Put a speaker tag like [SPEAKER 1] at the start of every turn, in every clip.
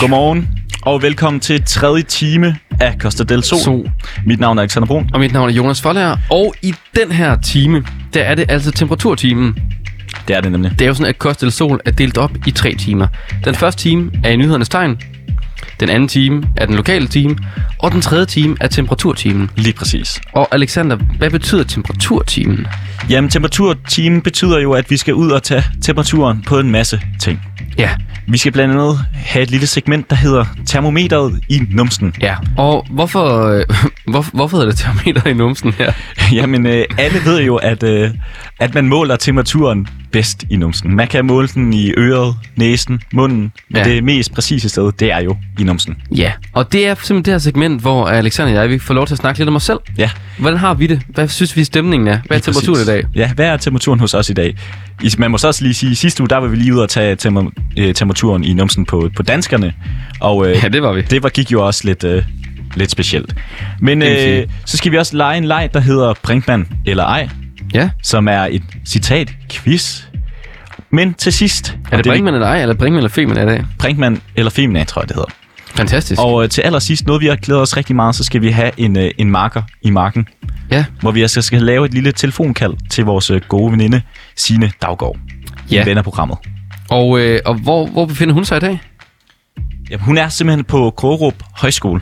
[SPEAKER 1] Godmorgen og velkommen til tredje time af Costa del Sol.
[SPEAKER 2] Sol.
[SPEAKER 1] Mit navn er Alexander Brun.
[SPEAKER 2] Og mit navn er Jonas Foldager, og i den her time, der er det altså temperaturtimen.
[SPEAKER 1] Det er det nemlig.
[SPEAKER 2] Det er jo sådan, at Kost eller Sol er delt op i tre timer. Den første time er i nyhedernes tegn, den anden time er den lokale time, og den tredje time er temperaturtimen.
[SPEAKER 1] Lige præcis.
[SPEAKER 2] Og Alexander, hvad betyder temperaturtimen?
[SPEAKER 1] Jamen, temperaturtimen betyder jo, at vi skal ud og tage temperaturen på en masse ting.
[SPEAKER 2] Ja,
[SPEAKER 1] Vi skal blandt andet have et lille segment, der hedder termometeret i numsen.
[SPEAKER 2] ja. Og hvorfor, øh, hvor, hvorfor hedder det termometer i numsen her?
[SPEAKER 1] Jamen, øh, alle ved jo, at, øh, at man måler temperaturen bedst i numsen. Man kan måle den i øret, næsen, munden, men
[SPEAKER 2] Ja.
[SPEAKER 1] det mest præcise sted, det er jo i numsen.
[SPEAKER 2] Ja, og det er simpelthen det her segment, hvor Alexander og jeg vi får lov til at snakke lidt om os selv.
[SPEAKER 1] Ja,
[SPEAKER 2] Hvordan har vi det? Hvad synes vi stemningen er? Hvad er
[SPEAKER 1] Lige præcis.
[SPEAKER 2] temperaturen i dag?
[SPEAKER 1] Ja, hvad er temperaturen hos os i dag? I- Man må så også lige sige, at sidste uge, der var vi lige ude og tage temper- øh, temperaturen i numsen på, på danskerne. Og øh,
[SPEAKER 2] Ja, det var vi.
[SPEAKER 1] det var, gik jo også lidt, øh, lidt specielt. Men
[SPEAKER 2] Det må
[SPEAKER 1] øh,
[SPEAKER 2] sige.
[SPEAKER 1] så skal vi også lege en leg, der hedder Brinkmann eller ej,
[SPEAKER 2] Ja.
[SPEAKER 1] som er et citat quiz. Men til sidst...
[SPEAKER 2] Er det Brinkmann eller ej, eller Brinkmann eller Femin i dag?
[SPEAKER 1] Brinkmann eller Femina, tror jeg, det hedder.
[SPEAKER 2] Fantastisk.
[SPEAKER 1] Og øh, til allersidst, noget vi har glædet os rigtig meget, så skal vi have en, øh, en marker i marken,
[SPEAKER 2] ja.
[SPEAKER 1] hvor vi altså skal lave et lille telefonkald til vores øh, gode veninde, Sine Daggaard. Ja.
[SPEAKER 2] Ja.
[SPEAKER 1] En ven af programmet.
[SPEAKER 2] Og, øh, og hvor, hvor befinder hun sig i dag?
[SPEAKER 1] Jamen, hun er simpelthen på Krogerup Højskole,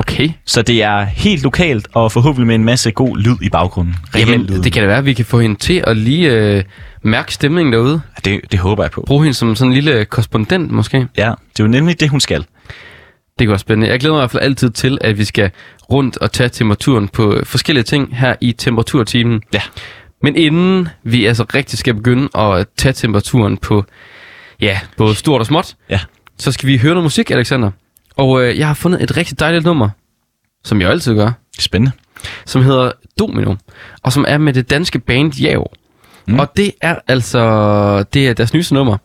[SPEAKER 2] Okay.
[SPEAKER 1] så det er helt lokalt og forhåbentlig med en masse god lyd i baggrunden. Reel
[SPEAKER 2] Jamen,
[SPEAKER 1] lyd.
[SPEAKER 2] det kan da være, at vi kan få hende til at lige øh, mærke stemningen derude.
[SPEAKER 1] det, det håber jeg på.
[SPEAKER 2] Bruge hende som sådan en lille korrespondent måske.
[SPEAKER 1] Ja, det er jo nemlig det, hun skal.
[SPEAKER 2] Det kunne være spændende. Jeg glæder mig i hvert fald altid til, at vi skal rundt og tage temperaturen på øh, forskellige ting her i temperaturtimen.
[SPEAKER 1] Ja.
[SPEAKER 2] Men inden vi altså rigtig skal begynde at tage temperaturen på, ja, både stort og småt,
[SPEAKER 1] Ja.
[SPEAKER 2] så skal vi høre noget musik, Alexander. Og øh, jeg har fundet et rigtig dejligt nummer, som jeg altid gør.
[SPEAKER 1] Spændende.
[SPEAKER 2] som hedder Domino, og som er med det danske band Jav.
[SPEAKER 1] Mm.
[SPEAKER 2] Mm. Og det er altså det er deres nyeste nummer.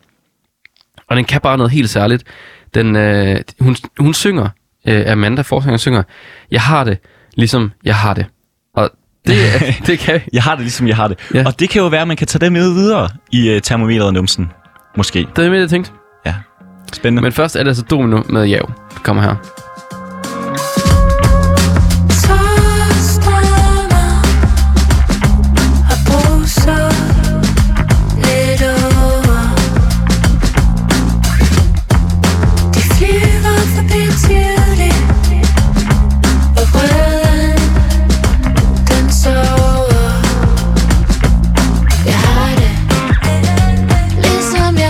[SPEAKER 2] Og den kan bare noget helt særligt. Den, øh, hun, hun synger, øh, Amanda Forsanger synger, jeg har det, ligesom jeg har det. Og det, er- det kan
[SPEAKER 1] Jeg har det, ligesom jeg har det. Ja.
[SPEAKER 2] Ja.
[SPEAKER 1] Og det kan jo være, at man kan tage det med videre i uh, termometeret og numsen. Måske.
[SPEAKER 2] det er med, jeg tænkte.
[SPEAKER 1] Ja. Spændende.
[SPEAKER 2] Men først er det altså Domino med Jav. Det kommer her.
[SPEAKER 3] ligesom ligesom Jeg har det, ligesom ligesom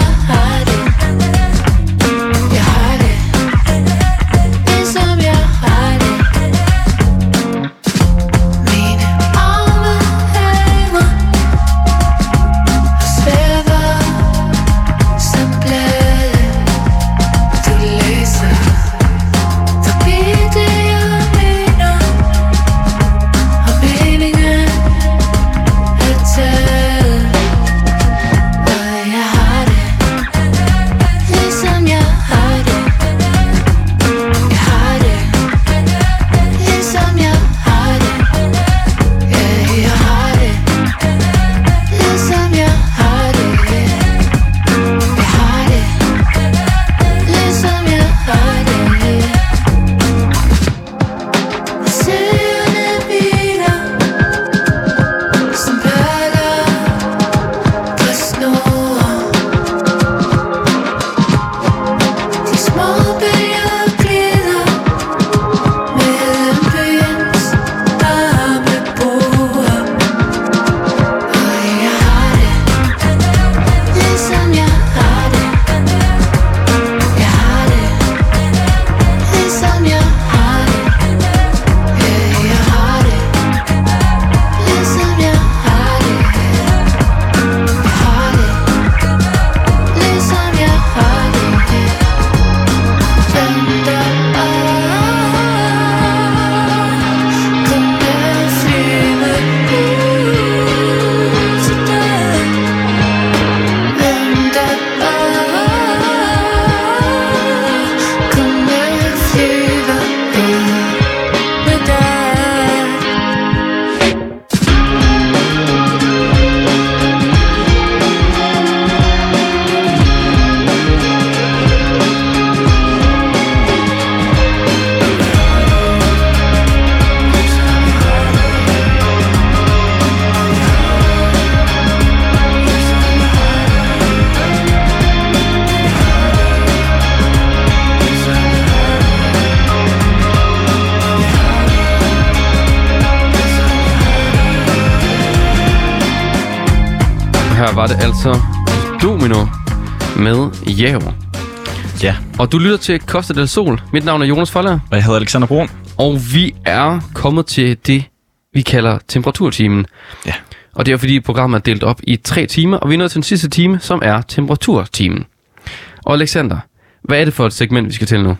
[SPEAKER 2] var det altså Domino med Jæver.
[SPEAKER 1] Ja.
[SPEAKER 2] Og du lytter til Costa del Sol. Mit navn er Jonas Folder,
[SPEAKER 1] Og jeg hedder Alexander Brun.
[SPEAKER 2] og vi er kommet til det, vi kalder temperaturtimen.
[SPEAKER 1] Ja.
[SPEAKER 2] Og det er fordi programmet er delt op i tre timer, og vi er nået til den sidste time, som er temperaturtimen. Og Alexander, hvad er det for et segment, vi skal til nu?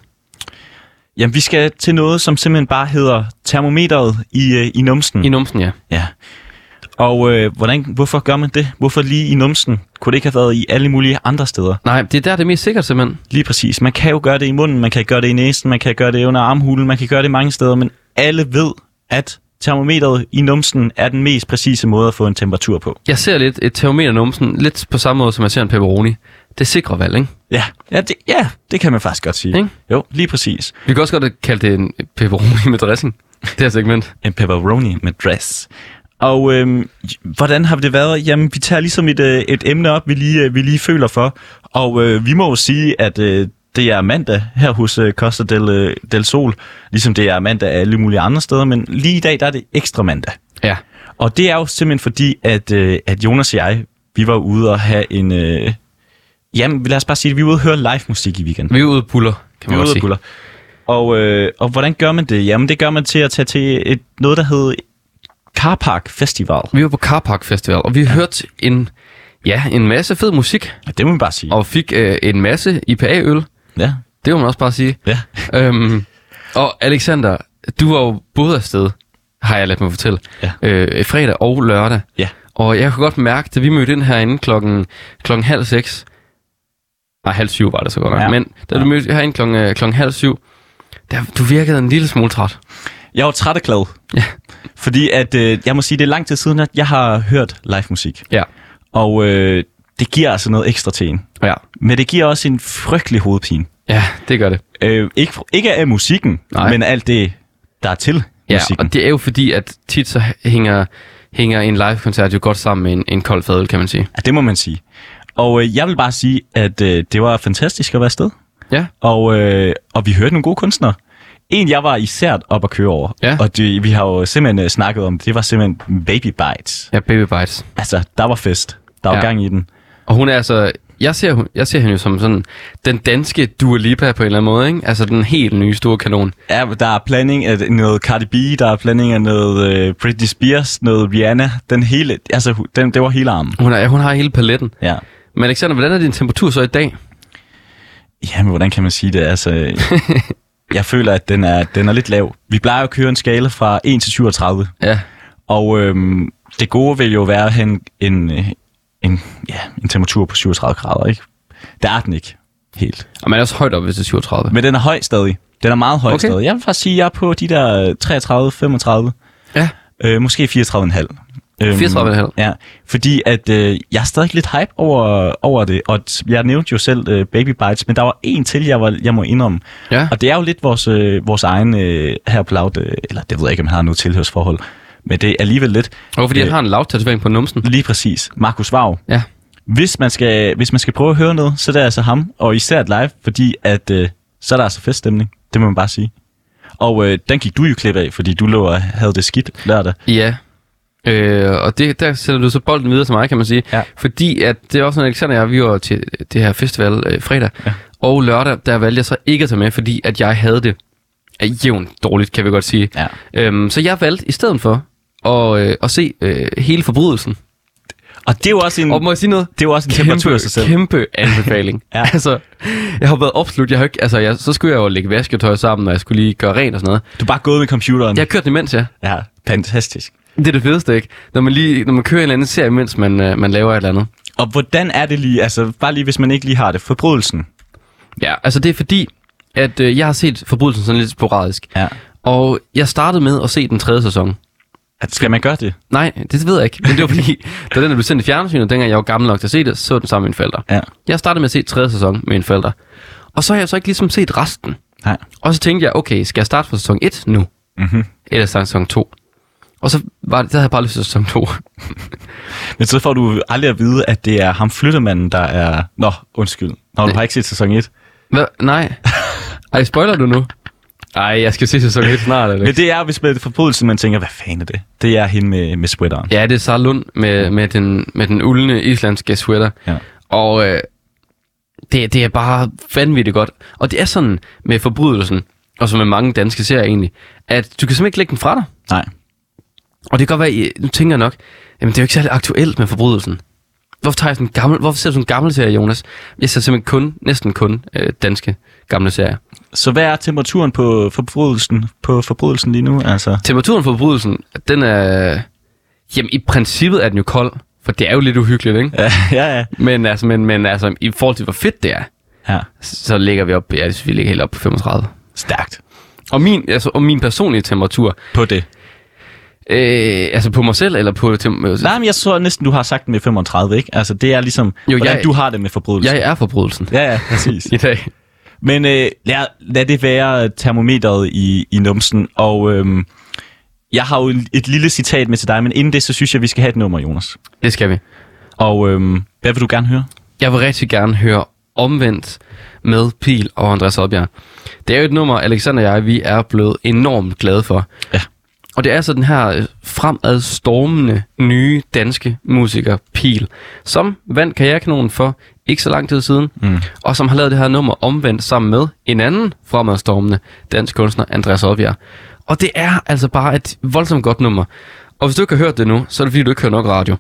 [SPEAKER 1] Jamen, vi skal til noget, som simpelthen bare hedder termometeret i, øh, i numsen.
[SPEAKER 2] I numsen, ja.
[SPEAKER 1] Ja. Og øh, hvordan, hvorfor gør man det? Hvorfor lige i numsen? Kunne det ikke have været i alle mulige andre steder?
[SPEAKER 2] Nej, det er der, det er mest sikkert, simpelthen.
[SPEAKER 1] Lige præcis. Man kan jo gøre det i munden, man kan gøre det i næsen, man kan gøre det under armhulen, man kan gøre det mange steder, men alle ved, at termometeret i numsen er den mest præcise måde at få en temperatur på.
[SPEAKER 2] Jeg ser lidt et termometer i numsen, lidt på samme måde, som jeg ser en pepperoni. Det er sikre valg, ikke?
[SPEAKER 1] Ja, ja, det, ja, det kan man faktisk godt sige.
[SPEAKER 2] Ikke?
[SPEAKER 1] Jo, lige præcis.
[SPEAKER 2] Vi kan også godt kalde det en pepperoni med dressing. Det her segment.
[SPEAKER 1] En pepperoni med dress. Og øhm, hvordan har det været? Jamen, vi tager ligesom et, øh, et emne op, vi lige, øh, vi lige føler for. Og øh, vi må jo sige, at øh, det er mandag her hos øh, Costa del, øh, del Sol, ligesom det er mandag alle mulige andre steder, men lige i dag, der er det ekstra mandag.
[SPEAKER 2] Ja.
[SPEAKER 1] Og det er jo simpelthen fordi, at, øh, at Jonas og jeg, vi var ude og have en... Øh, jamen, lad os bare sige det. Vi var ude og høre live musik i weekenden.
[SPEAKER 2] Vi er ude og puller, kan
[SPEAKER 1] Vi var
[SPEAKER 2] man godt
[SPEAKER 1] ude og
[SPEAKER 2] sige.
[SPEAKER 1] buller. Og, øh, og hvordan gør man det? Jamen, det gør man til at tage til et, noget, der hedder Car Park Festival.
[SPEAKER 2] Vi var på Car Park Festival, og vi ja. hørte en, ja, en masse fed musik,
[SPEAKER 1] Ja, det må man bare sige.
[SPEAKER 2] og fik øh, en masse IPA-øl.
[SPEAKER 1] Ja,
[SPEAKER 2] Det må man også bare sige.
[SPEAKER 1] ja.
[SPEAKER 2] øhm, og Alexander, du var jo både afsted, har jeg ladt mig fortælle,
[SPEAKER 1] Ja.
[SPEAKER 2] øh, fredag og lørdag.
[SPEAKER 1] Ja.
[SPEAKER 2] Og jeg kunne godt mærke, da vi mødte ind herinde klokken, klokken halv seks, nej, halv syv var det så godt nok,
[SPEAKER 1] Ja.
[SPEAKER 2] ja. men da du
[SPEAKER 1] Ja.
[SPEAKER 2] mødte herinde klokken, øh, klokken halv syv, der, du virkede en lille smule træt.
[SPEAKER 1] Jeg var træt og glad.
[SPEAKER 2] Ja.
[SPEAKER 1] Fordi at, øh, jeg må sige, det er lang tid siden, at jeg har hørt live musik.
[SPEAKER 2] Ja.
[SPEAKER 1] Og øh, det giver altså noget ekstra til en.
[SPEAKER 2] Ja,
[SPEAKER 1] Men det giver også en frygtelig hovedpine.
[SPEAKER 2] ja det gør det.
[SPEAKER 1] Øh, ikke, ikke af musikken, Nej.
[SPEAKER 2] Nej.
[SPEAKER 1] men alt det, der er til ja,
[SPEAKER 2] Ja,
[SPEAKER 1] musikken.
[SPEAKER 2] og det er jo fordi, at tit så hænger, hænger en live-koncert jo godt sammen med en, en kold fadøl, kan man sige.
[SPEAKER 1] Ja, det må man sige. Og øh, jeg vil bare sige, at øh, det var fantastisk at være afsted.
[SPEAKER 2] Ja.
[SPEAKER 1] Og, øh, og vi hørte nogle gode kunstnere. En, jeg var især op at køre over,
[SPEAKER 2] Ja.
[SPEAKER 1] og det, vi har jo simpelthen øh, snakket om, det var simpelthen Baby Bites.
[SPEAKER 2] Ja, Baby Bites.
[SPEAKER 1] Altså, der var fest. Der var ja.
[SPEAKER 2] Ja.
[SPEAKER 1] gang i den.
[SPEAKER 2] Og hun er altså... Jeg ser, hun- jeg ser hende jo som sådan den danske Dua Lipa på en eller anden måde, ikke? Altså den helt nye store kanon.
[SPEAKER 1] Ja, men der er blanding af noget Cardi B, der er blanding af noget øh, Britney Spears, noget Rihanna. Den hele, altså, hu- den, det var hele armen.
[SPEAKER 2] Hun, er, hun har hele paletten.
[SPEAKER 1] Ja.
[SPEAKER 2] Men Alexander, hvordan er din temperatur så i dag?
[SPEAKER 1] Jamen, hvordan kan man sige det? Altså, jeg føler, at den er, den er lidt lav. Vi plejer jo at køre en skala fra 1 til 37.
[SPEAKER 2] Ja.
[SPEAKER 1] Og øhm, det gode vil jo være at have en, en, øh, en, ja, en temperatur på 37 grader, ikke? Der er den ikke helt.
[SPEAKER 2] Og man er også højt op, hvis det er 37.
[SPEAKER 1] Men den er høj stadig. Den er meget høj okay.
[SPEAKER 2] Okay.
[SPEAKER 1] stadig. Jeg vil faktisk sige, at jeg er på de der 33-35.
[SPEAKER 2] Ja.
[SPEAKER 1] Øh, måske 34,5. Øhm,
[SPEAKER 2] 34,5.
[SPEAKER 1] Ja, fordi at øh, jeg er stadig lidt hype over, over det, og t- jeg nævnte jo selv øh, Baby Bites, men der var en til, jeg, var, jeg må indrømme.
[SPEAKER 2] Ja.
[SPEAKER 1] Og det er jo lidt vores, øh, vores egen øh, her på Loud, øh, eller det ved jeg ikke, om jeg har noget tilhørsforhold, men det er alligevel lidt.
[SPEAKER 2] Og fordi
[SPEAKER 1] Øh,
[SPEAKER 2] han har en lavtatovering på numsen.
[SPEAKER 1] Lige præcis. Markus Vav.
[SPEAKER 2] Ja.
[SPEAKER 1] Hvis man, skal, hvis man skal prøve at høre noget, så er det altså ham, og især et live, fordi at, øh, så er der altså feststemning. Det må man bare sige. Og øh, den gik du jo klip af, fordi du lå og havde det skidt lørdag.
[SPEAKER 2] Ja. Øh, og det, der sender du så bolden videre til mig, kan man sige.
[SPEAKER 1] Ja.
[SPEAKER 2] Fordi at det var sådan, at Alexander og jeg, vi var til det her festival øh, fredag. Ja. Og lørdag, der valgte jeg så ikke at tage med, fordi at jeg havde det øh, jævnt dårligt, kan vi godt sige.
[SPEAKER 1] Ja.
[SPEAKER 2] Øhm, så jeg valgte i stedet for at, øh, at se øh, hele forbrydelsen.
[SPEAKER 1] Og det er jo også en,
[SPEAKER 2] Og må jeg sige noget?
[SPEAKER 1] Mm. det er jo også en temperatur i sig selv.
[SPEAKER 2] kæmpe anbefaling.
[SPEAKER 1] Ja.
[SPEAKER 2] ja. Altså, jeg har været opslugt. Jeg har jo ikke, altså, jeg, så skulle jeg jo lægge vasketøj sammen, og jeg skulle lige gøre rent og sådan noget.
[SPEAKER 1] Du er bare gået med computeren.
[SPEAKER 2] Jeg har kørt det imens, ja.
[SPEAKER 1] Ja, fantastisk.
[SPEAKER 2] Det er det fedeste, ikke? Når man, lige, når man kører en eller anden serie, mens man, øh, man laver et eller andet.
[SPEAKER 1] Og hvordan er det lige, altså bare lige, hvis man ikke lige har det, forbrydelsen?
[SPEAKER 2] Ja, altså det er fordi, at øh, jeg har set forbrydelsen sådan lidt sporadisk.
[SPEAKER 1] Ja.
[SPEAKER 2] Og jeg startede med at se den tredje sæson.
[SPEAKER 1] At, skal man gøre det?
[SPEAKER 2] Nej, det ved jeg ikke. Men det var fordi, da den blev sendt i fjernsynet, dengang jeg var gammel nok til at se det, så jeg den sammen med en forælder.
[SPEAKER 1] Ja.
[SPEAKER 2] Jeg startede med at se tredje sæson med en forælder. Og så har jeg så ikke ligesom set resten.
[SPEAKER 1] Nej.
[SPEAKER 2] Og så tænkte jeg, okay, skal jeg starte fra sæson 1 nu?
[SPEAKER 1] Mm-hmm.
[SPEAKER 2] Eller starte sæson 2? Og så var det, der havde jeg bare lyst til sæson 2.
[SPEAKER 1] Men så får du aldrig at vide, at det er ham flyttemanden, der er... Nå, undskyld. Nå, du har ikke set sæson 1.
[SPEAKER 2] Hvad? Nej. Ej, spoiler du nu? Ej, jeg skal se sæson 1 snart, Alex.
[SPEAKER 1] Men det er, hvis man forbrydelsen, man tænker, hvad fanden er det? Det er hende med, med sweateren.
[SPEAKER 2] Ja, det er Sara Lund med, med, den, med den uldne islandske sweater.
[SPEAKER 1] Ja.
[SPEAKER 2] Og øh, det, det er bare vanvittigt godt. Og det er sådan med forbrydelsen, og som med mange danske serier egentlig, at du kan simpelthen ikke lægge den fra dig.
[SPEAKER 1] Nej.
[SPEAKER 2] Og det kan godt være, I- nu tænker jeg nok, jamen det er jo ikke særlig aktuelt med forbrydelsen. Hvorfor, tager jeg sådan en gammel, hvorfor ser du sådan en gammel serie, Jonas? Jeg ser simpelthen kun, næsten kun øh, danske gamle serier.
[SPEAKER 1] Så hvad er temperaturen på forbrydelsen, på forbrydelsen lige nu? Altså,
[SPEAKER 2] Temperaturen for forbrydelsen, den er... Jamen i princippet er den jo kold, for det er jo lidt uhyggeligt, ikke?
[SPEAKER 1] ja, ja, ja.
[SPEAKER 2] Men altså, men, men altså, i forhold til hvor fedt det er,
[SPEAKER 1] ja.
[SPEAKER 2] så ligger vi op, ja, det synes vi ligger helt op på 35.
[SPEAKER 1] Stærkt.
[SPEAKER 2] Og min, altså, og min personlige temperatur,
[SPEAKER 1] På det.
[SPEAKER 2] øh, altså på mig selv, eller på... Tem- øh,
[SPEAKER 1] Nej, men jeg tror næsten, du har sagt den med 35, ikke? Altså, det er ligesom, jo, hvordan
[SPEAKER 2] jeg-
[SPEAKER 1] du har det med forbrydelsen.
[SPEAKER 2] jeg er forbrydelsen
[SPEAKER 1] Ja, ja, præcis.
[SPEAKER 2] i dag.
[SPEAKER 1] Men øh, lad, lad det være termometeret i, i numsen, og øhm, jeg har jo et lille citat med til dig, men inden det, så synes jeg, vi skal have et nummer, Jonas.
[SPEAKER 2] Det skal vi.
[SPEAKER 1] Og øhm, hvad vil du gerne høre?
[SPEAKER 2] Jeg vil rigtig gerne høre omvendt med Pil og Andreas Oddbjerg. Det er jo et nummer, Alexander og jeg, vi er blevet enormt glade for.
[SPEAKER 1] Ja.
[SPEAKER 2] Og det er altså den her øh, fremadstormende nye danske musiker Pil, som vandt karrierekanonen for ikke så lang tid siden, mm. og som har lavet det her nummer omvendt sammen med en anden fremadstormende dansk kunstner, Andreas Oddbjerg. Og det er altså bare et voldsomt godt nummer. Og hvis du ikke har hørt det nu, så er det fordi, du ikke hører nok radio.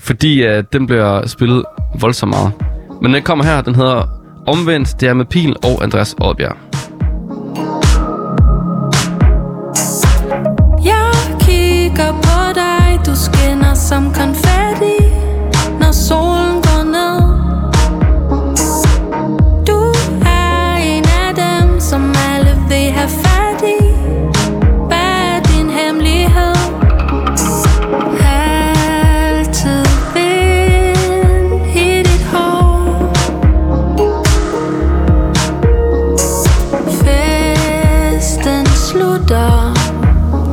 [SPEAKER 2] Fordi øh, den bliver spillet voldsomt meget. Men den kommer her, den hedder Omvendt, det er med Pil og Andreas Oddbjerg.
[SPEAKER 3] Jeg kigger på dig, du skinner som konfetti, når solen går ned. Du er en af dem, som alle vil have fat i. Hvad er din hemmelighed? Altid vind i dit hår. Festen slutter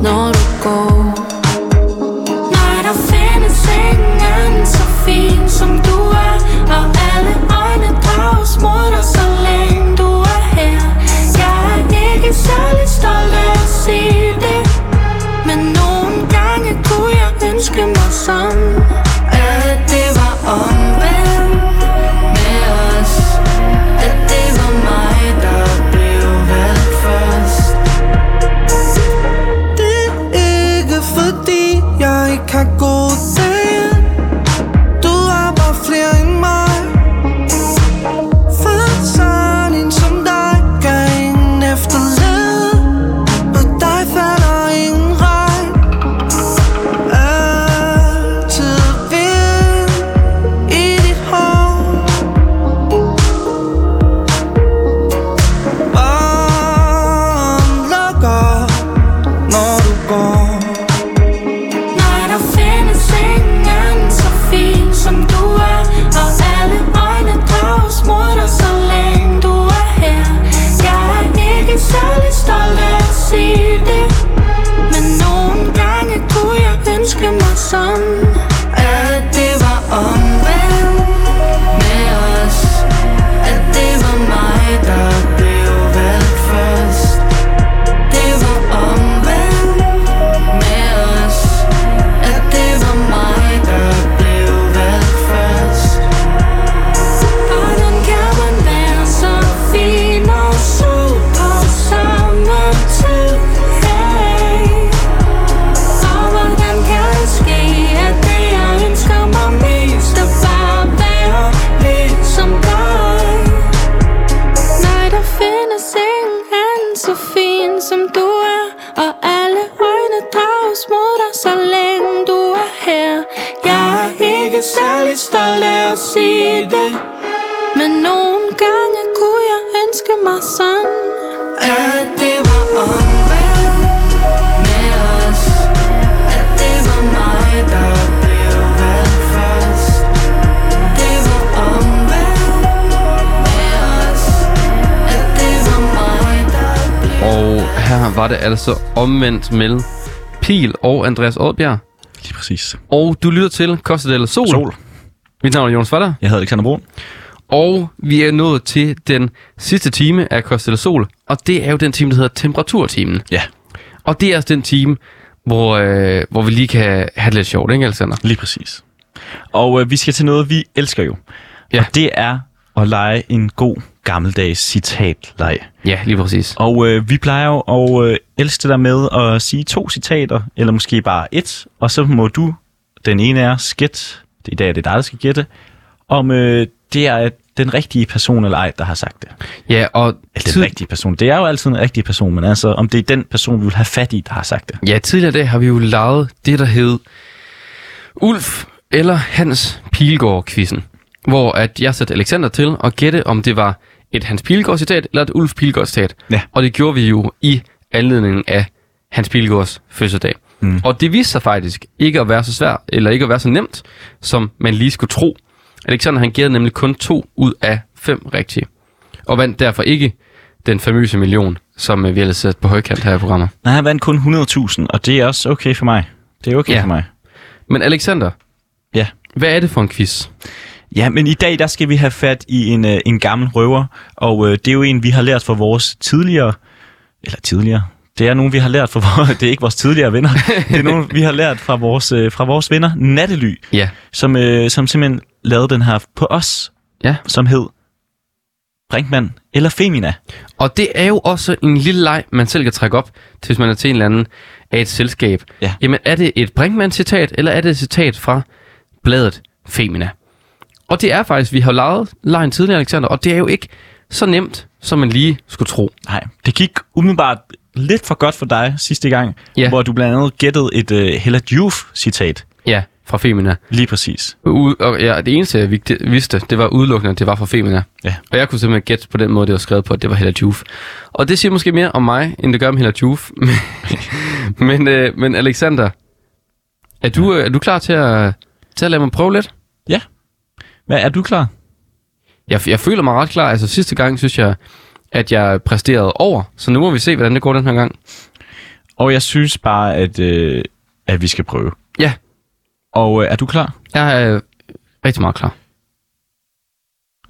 [SPEAKER 3] når du går Når der findes ingen anden så fin som du er Og alle øjne drages mod dig, så længe du er her Jeg er ikke særlig stolt af at sige det Men nogle gange kunne jeg ønske mig sådan At det var omvendt med os At det var mig, der blev valgt først
[SPEAKER 4] Det er ikke fordi jeg ikke har gode dage Du har bare flere end mig For sådan en som dig kan ingen efterlade På dig falder ingen regn Altid vind i dit hår Varm lukker når du går
[SPEAKER 3] Når der findes ingen anden så fin som du er Og alle øjne drages mod dig, så længe du er her Jeg er ikke særlig stolt af at sige det Men nogle gange kunne jeg ønske mig sådan At det var omvendt med os At det var mig, der blev valgt først Det var omvendt med os At det var mig, der blev valgt først Hvordan kan man være så fin og sød på samme tid? Hey. Og hvordan kan det ske, at det, jeg ønsker mig mest, er bare at være ligesom dig? Nej, der findes ingen anden så fin som du er Og alle øjne drages mod dig, så længe du er her Jeg er ikke særlig stolt af at sige det Men nogle gange kunne jeg ønske mig sådan At det var omvendt med os At det var mig, der blev valgt først Det var omvendt med os at det var mig, der blev
[SPEAKER 2] Og her var det altså omvendt med Pil og Andreas Oddbjerg.
[SPEAKER 1] Lige præcis.
[SPEAKER 2] Og du lytter til Costa del Sol.
[SPEAKER 1] Sol.
[SPEAKER 2] Mit navn er Jonas Fatter.
[SPEAKER 1] Jeg hedder Alexander Brun.
[SPEAKER 2] Og vi er nået til den sidste time af Costa del Sol. og det er jo den time, der hedder temperaturtimen.
[SPEAKER 1] Ja,
[SPEAKER 2] Og det er også den time, hvor, øh, hvor vi lige kan have det lidt sjovt, ikke Alexander?
[SPEAKER 1] lige præcis. Og øh, vi skal til noget, vi elsker jo.
[SPEAKER 2] Ja.
[SPEAKER 1] Ja. Og det er at lege en god gammeldags citatleg.
[SPEAKER 2] Ja, lige præcis.
[SPEAKER 1] Og øh, vi plejer jo at øh, elske det der med at sige to citater, eller måske bare et, og så må du, den ene er, skætte, det er i dag det er dig, der skal gætte, om øh, det er den rigtige person eller ej, der har sagt det.
[SPEAKER 2] Ja, og
[SPEAKER 1] Eller den rigtige person. Det er jo altid en rigtig person, men altså, om det er den person, vi vil have fat i, der har sagt det.
[SPEAKER 2] Ja, tidligere i dag har vi jo lavet det, der hed Ulf eller Hans pilgaard quizzen hvor at jeg satte Alexander til at gætte, om det var et Hans Pilgaard-citat eller et Ulf Pilgaard-citat.
[SPEAKER 1] Ja.
[SPEAKER 2] Og det gjorde vi jo i anledningen af Hans Pilgaards fødselsdag. Mm. Og det viste sig faktisk ikke at være så svært, eller ikke at være så nemt, som man lige skulle tro. Alexander han gættede nemlig kun to ud af fem rigtige. Og vandt derfor ikke den famøse million, som øh, vi ellers satte på højkant her i programmet.
[SPEAKER 1] Nej, han vandt kun 100.000, og det er også okay for mig. Det er okay
[SPEAKER 2] Ja.
[SPEAKER 1] for mig.
[SPEAKER 2] Men Alexander,
[SPEAKER 1] Ja.
[SPEAKER 2] Hvad er det for en quiz?
[SPEAKER 1] Ja, men i dag der skal vi have fat i en, øh, en gammel røver, og øh, det er jo en, vi har lært fra vores tidligere... Eller tidligere... Det er nogen, vi har lært fra vores... Det er ikke vores tidligere venner. Det er nogen, vi har lært fra vores, øh, fra vores venner, Nattely,
[SPEAKER 2] Ja.
[SPEAKER 1] som, øh, som simpelthen lavede den her på os,
[SPEAKER 2] Ja.
[SPEAKER 1] som hed Brinkmann eller Femina.
[SPEAKER 2] Og det er jo også en lille leg, man selv kan trække op, til hvis man er til en eller anden af et selskab.
[SPEAKER 1] Ja.
[SPEAKER 2] Jamen, er det et Brinkmann-citat, eller er det et citat fra bladet Femina? Og det er faktisk, vi har lavet lejen tidligere, Alexander, og det er jo ikke så nemt, som man lige skulle tro.
[SPEAKER 1] Nej, det gik umiddelbart lidt for godt for dig sidste gang,
[SPEAKER 2] Ja.
[SPEAKER 1] hvor du blandt andet gættede et øh, Hella Juf-citat.
[SPEAKER 2] Ja, fra Femina.
[SPEAKER 1] Lige præcis.
[SPEAKER 2] U- og ja, det eneste, jeg vigt- vidste, det var udelukkende, at det var fra Femina.
[SPEAKER 1] Ja.
[SPEAKER 2] Og jeg kunne simpelthen gætte på den måde, det var skrevet på, at det var Hella Juf. Og det siger måske mere om mig, end det gør om Hella Juf. Men- men, øh, men Alexander, er du, øh, er du klar til at, til at lade mig prøve lidt?
[SPEAKER 1] Ja. Hvad, er du klar?
[SPEAKER 2] Jeg, jeg føler mig ret klar. Altså sidste gang synes jeg, at jeg præsterede over. Så nu må vi se, hvordan det går den her gang.
[SPEAKER 1] Og jeg synes bare, at, øh, at vi skal prøve.
[SPEAKER 2] Ja,
[SPEAKER 1] Og øh, er du klar?
[SPEAKER 2] jeg er øh, rigtig meget klar.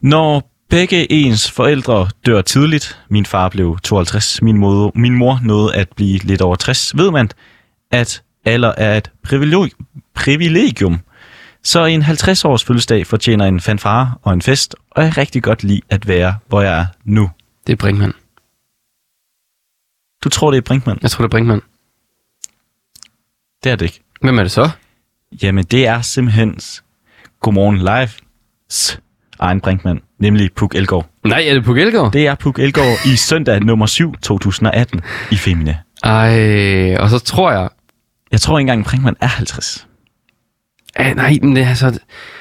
[SPEAKER 1] Når begge ens forældre dør tidligt, min far blev 52, min, moder, min mor nåede at blive lidt over 60, ved man, at alder er et privilegium. privilegium. Så en 50-års fødselsdag fortjener en fanfare og en fest, og jeg rigtig godt lide at være, hvor jeg er nu.
[SPEAKER 2] Det er Brinkmann.
[SPEAKER 1] Du tror, det er Brinkmann?
[SPEAKER 2] Jeg tror, det er Brinkmann.
[SPEAKER 1] Det er det ikke.
[SPEAKER 2] Hvem er det så?
[SPEAKER 1] Jamen, det er simpelthen Godmorgen Live's egen Brinkmann, nemlig Puk Elgård.
[SPEAKER 2] Nej, er det Puk Elgård?
[SPEAKER 1] Det er Puk Elgård i søndag nummer 7, 2018 i Femina.
[SPEAKER 2] Ej, og så tror jeg,
[SPEAKER 1] Jeg tror ikke engang, Brinkmann er 50.
[SPEAKER 2] Ja, nej, men det er så...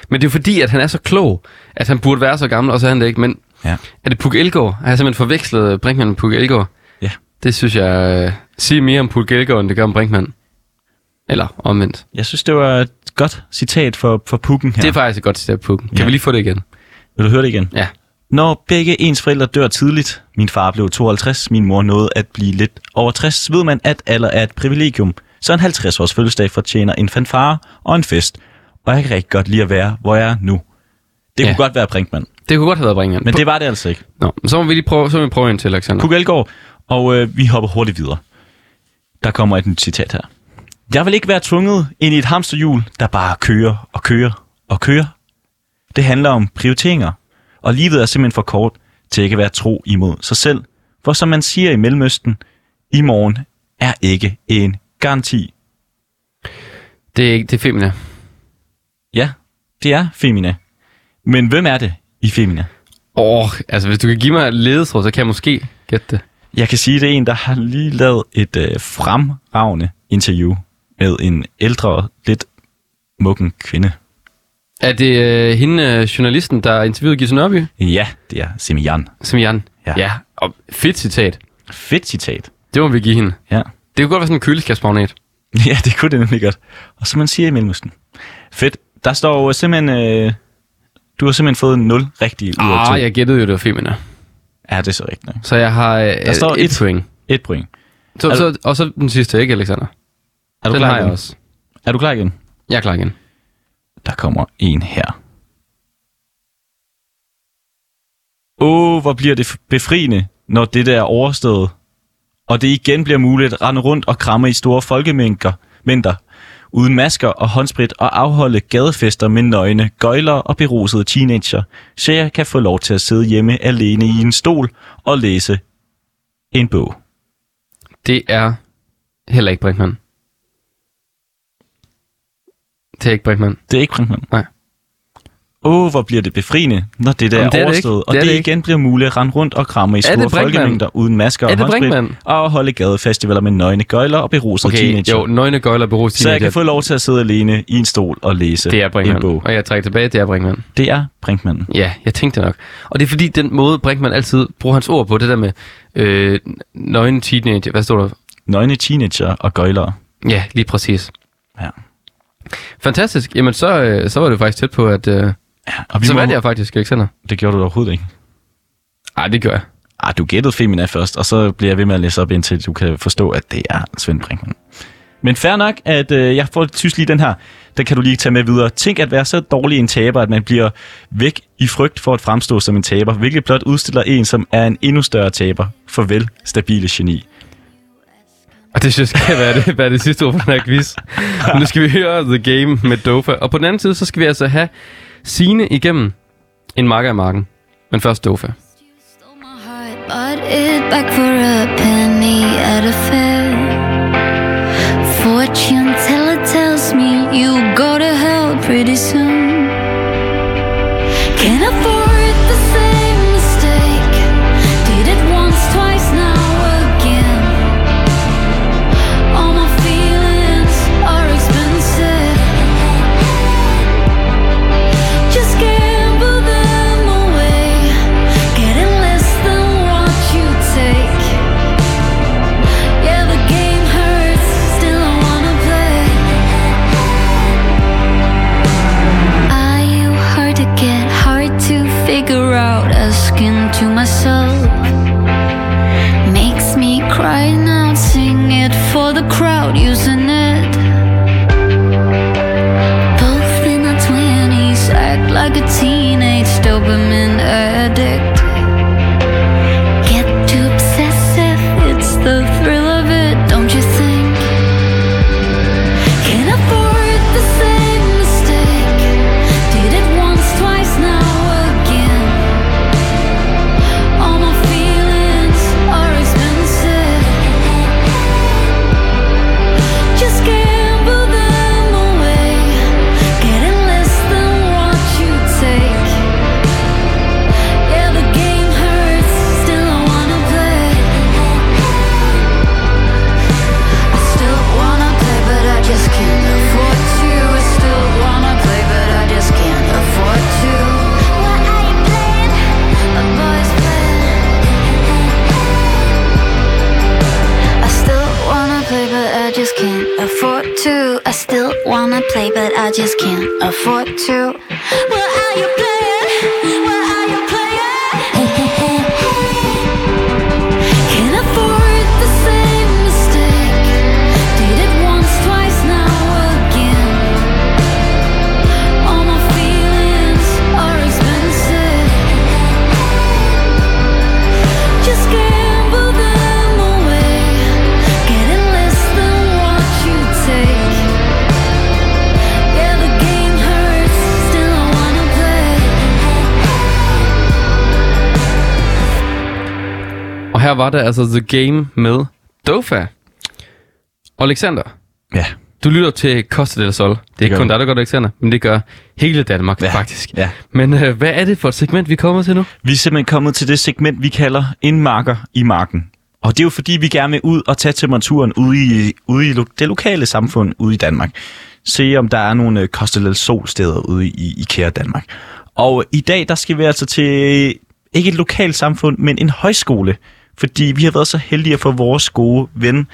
[SPEAKER 2] Men det er jo fordi, at han er så klog, at han burde være så gammel, og så er han det ikke. Men
[SPEAKER 1] Ja.
[SPEAKER 2] er det Puk Elgård? Har jeg simpelthen forvekslet øh, Brinkmann med Puk Elgård?
[SPEAKER 1] Ja.
[SPEAKER 2] Det synes jeg øh, siger mere om Puk Elgård, end det gør om Brinkmann. Eller omvendt.
[SPEAKER 1] Jeg synes, det var et godt citat for, for Pukken her.
[SPEAKER 2] Ja. Det er faktisk et godt citat, Puk. Kan
[SPEAKER 1] Ja.
[SPEAKER 2] vi lige få det igen?
[SPEAKER 1] Vil du høre det igen?
[SPEAKER 2] Ja.
[SPEAKER 1] Når begge ens forældre dør tidligt, min far blev 52, min mor nåede at blive lidt over 60, ved man, at alder er et privilegium. Så en 50-års fødselsdag fortjener en fanfare og en fest. Og jeg kan rigtig godt lide at være, hvor jeg er nu. Det
[SPEAKER 2] Ja.
[SPEAKER 1] kunne godt være Brinkmann,
[SPEAKER 2] Det kunne godt have været Brinkmann.
[SPEAKER 1] men det var det altså ikke.
[SPEAKER 2] Nå, men så må vi lige prøve, så må vi prøve en til, Alexander.
[SPEAKER 1] Puk Elgård, og øh, vi hopper hurtigt videre. Der kommer et nyt citat her. Jeg vil ikke være tvunget ind i et hamsterhjul, der bare kører og kører og kører. Det handler om prioriteringer, og livet er simpelthen for kort til ikke at være tro imod sig selv. For som man siger i Mellemøsten, i morgen er ikke en garanti.
[SPEAKER 2] Det er, ikke, det er Femina.
[SPEAKER 1] Ja, det er Femina. Men hvem er det i Femina?
[SPEAKER 2] Åh, oh, altså hvis du kan give mig et ledetråd, så kan jeg måske gætte det.
[SPEAKER 1] Jeg kan sige, det er en, der har lige lavet et øh, fremragende interview med en ældre, lidt mukken kvinde.
[SPEAKER 2] Er det øh, hende, øh, journalisten, der interviewede Gisse Nørby?
[SPEAKER 1] Ja, det er Simian.
[SPEAKER 2] Som Jan.
[SPEAKER 1] Ja.
[SPEAKER 2] ja. Og fedt citat.
[SPEAKER 1] Fedt citat.
[SPEAKER 2] Det må vi give hende.
[SPEAKER 1] Ja.
[SPEAKER 2] Det kunne godt være sådan en køleskabsmagnet.
[SPEAKER 1] ja, det kunne det nemlig godt. Og som man siger i Mellemøsten. Fedt. Der står jo simpelthen... Øh, du har simpelthen fået 0 rigtige ud af 2.
[SPEAKER 2] Ah, jeg gættede jo, det var Femina.
[SPEAKER 1] Er det så rigtigt? nok?
[SPEAKER 2] Så jeg har øh, der
[SPEAKER 1] står
[SPEAKER 2] et
[SPEAKER 1] et.
[SPEAKER 2] point.
[SPEAKER 1] Et point.
[SPEAKER 2] Så,
[SPEAKER 1] Er
[SPEAKER 2] så, og så den sidste, ikke Alexander?
[SPEAKER 1] Er du
[SPEAKER 2] den
[SPEAKER 1] klar
[SPEAKER 2] har jeg
[SPEAKER 1] igen?
[SPEAKER 2] også.
[SPEAKER 1] Er du klar igen?
[SPEAKER 2] Jeg er klar igen.
[SPEAKER 1] Der kommer en her. Åh, hvor bliver det f- befriende, når det der er overstået, og det igen bliver muligt at rende rundt og kramme i store folkemængder mængder, uden masker og håndsprit og afholde gadefester med nøgne, gøjler og berusede teenager, så jeg kan få lov til at sidde hjemme alene i en stol og læse en bog.
[SPEAKER 2] Det er heller ikke Brinkmann. Det er ikke Brinkmann.
[SPEAKER 1] Det er ikke Brinkmann.
[SPEAKER 2] Nej.
[SPEAKER 1] Åh, oh, hvor bliver det befriende, når det der
[SPEAKER 2] Jamen,
[SPEAKER 1] Jamen,
[SPEAKER 2] det
[SPEAKER 1] er
[SPEAKER 2] er det
[SPEAKER 1] overstået,
[SPEAKER 2] ikke.
[SPEAKER 1] og
[SPEAKER 2] Det
[SPEAKER 1] det,
[SPEAKER 2] er
[SPEAKER 1] det,
[SPEAKER 2] det ikke.
[SPEAKER 1] igen bliver muligt at rende rundt og kramme i
[SPEAKER 2] Er det
[SPEAKER 1] store
[SPEAKER 2] Brinkmann?
[SPEAKER 1] folkemængder uden masker
[SPEAKER 2] Er
[SPEAKER 1] og
[SPEAKER 2] det
[SPEAKER 1] håndsprit,
[SPEAKER 2] Brinkmann?
[SPEAKER 1] og holde gadefestivaler med nøgne gøjler og berusede
[SPEAKER 2] Okay,
[SPEAKER 1] teenager.
[SPEAKER 2] jo, nøgne gøjler berus
[SPEAKER 1] Så jeg kan få lov til at sidde alene i en stol og læse
[SPEAKER 2] Det er
[SPEAKER 1] en
[SPEAKER 2] Brinkmann.
[SPEAKER 1] bog.
[SPEAKER 2] Og jeg trækker tilbage, det er Brinkmann.
[SPEAKER 1] Det er Brinkmann.
[SPEAKER 2] Ja, jeg tænkte det nok. Og det er fordi, den måde Brinkmann altid bruger hans ord på, det der med øh, nøgne teenager, hvad står der?
[SPEAKER 1] Nøgne teenager og gøjlere.
[SPEAKER 2] Ja, lige præcis.
[SPEAKER 1] Ja.
[SPEAKER 2] Fantastisk. Jamen, så, øh, så var det faktisk tæt på, at... Øh,
[SPEAKER 1] Og vi
[SPEAKER 2] så
[SPEAKER 1] må...
[SPEAKER 2] vandt jeg faktisk, Alexander.
[SPEAKER 1] Det gjorde du overhovedet ikke.
[SPEAKER 2] Nej, det gør jeg.
[SPEAKER 1] Ah, du gættede Femina først, og så bliver jeg ved med at læse op, indtil du kan forstå, at det er Svend Brinkmann. Men fair nok, at øh, jeg får synes lige den her. Den kan du lige tage med videre. Tænk at være så dårlig en taber, at man bliver væk i frygt for at fremstå som en taber, hvilket blot udstiller en, som er en endnu større taber. Farvel, stabile geni.
[SPEAKER 2] Og det synes jeg skal være det, være det sidste ord for den her quiz. Men nu skal vi høre The Game med Dofa. Og på den anden side, så skal vi altså have Sine igennem en marker i marken. Men først Dofa.
[SPEAKER 5] Stole my heart, bought it back for a penny at a fair. Fortune teller tells me you go to hell pretty soon. Can't afford the same mistake. Did it once, twice, now again. All my feelings are expensive. Just gamble them away. Getting less than what you take. Yeah, the game hurts. Still, I wanna play. Are you hard to get? Hard to figure out? Asking to myself makes me cry now. Sing it for the crowd, using it. Both in our twenties, act like a teenage dopamine addict. Get too obsessive, it's the thrill of it, don't you think? Can't afford the same mistake. Did it once, twice, now again. All my feelings are expensive. Just gamble them away. Getting less than what you take. Yeah, the game hurts. Still, I wanna play. I still wanna play, but I just can't afford to. I still wanna play, but I just can't afford to. What are you playing? A boy's plan. I still wanna play, but I just can't afford to. I still wanna play, but I just can't afford to. What are you playing? What are you playing? Can't afford the same mistake. Did it once, twice, now again. All my feelings are expensive. Just gamble them away, getting less than what you take. Yeah, the game hurts. Still, I wanna play.
[SPEAKER 2] Og her var der altså The Game med Dofa. Og Alexander,
[SPEAKER 1] Ja,
[SPEAKER 2] du lytter til Costa del Sol. Det er ikke
[SPEAKER 1] gør
[SPEAKER 2] kun
[SPEAKER 1] vi.
[SPEAKER 2] dig, der gør det, Alexander, men det gør hele Danmark ja.
[SPEAKER 1] ja
[SPEAKER 2] faktisk.
[SPEAKER 1] Ja.
[SPEAKER 2] Men øh, hvad er det for et segment, vi kommer til nu?
[SPEAKER 1] Vi er simpelthen kommet til det segment, vi kalder en marker i marken. Og det er jo fordi, vi gerne vil ud og tage temperaturen ude i, ude i lo- det lokale samfund ude i Danmark. Se om der er nogle øh, Costa del Sol steder ude i IKEA Danmark. Og i dag, der skal vi altså til ikke et lokalt samfund, men en højskole. Fordi vi har været så heldige at få vores gode ven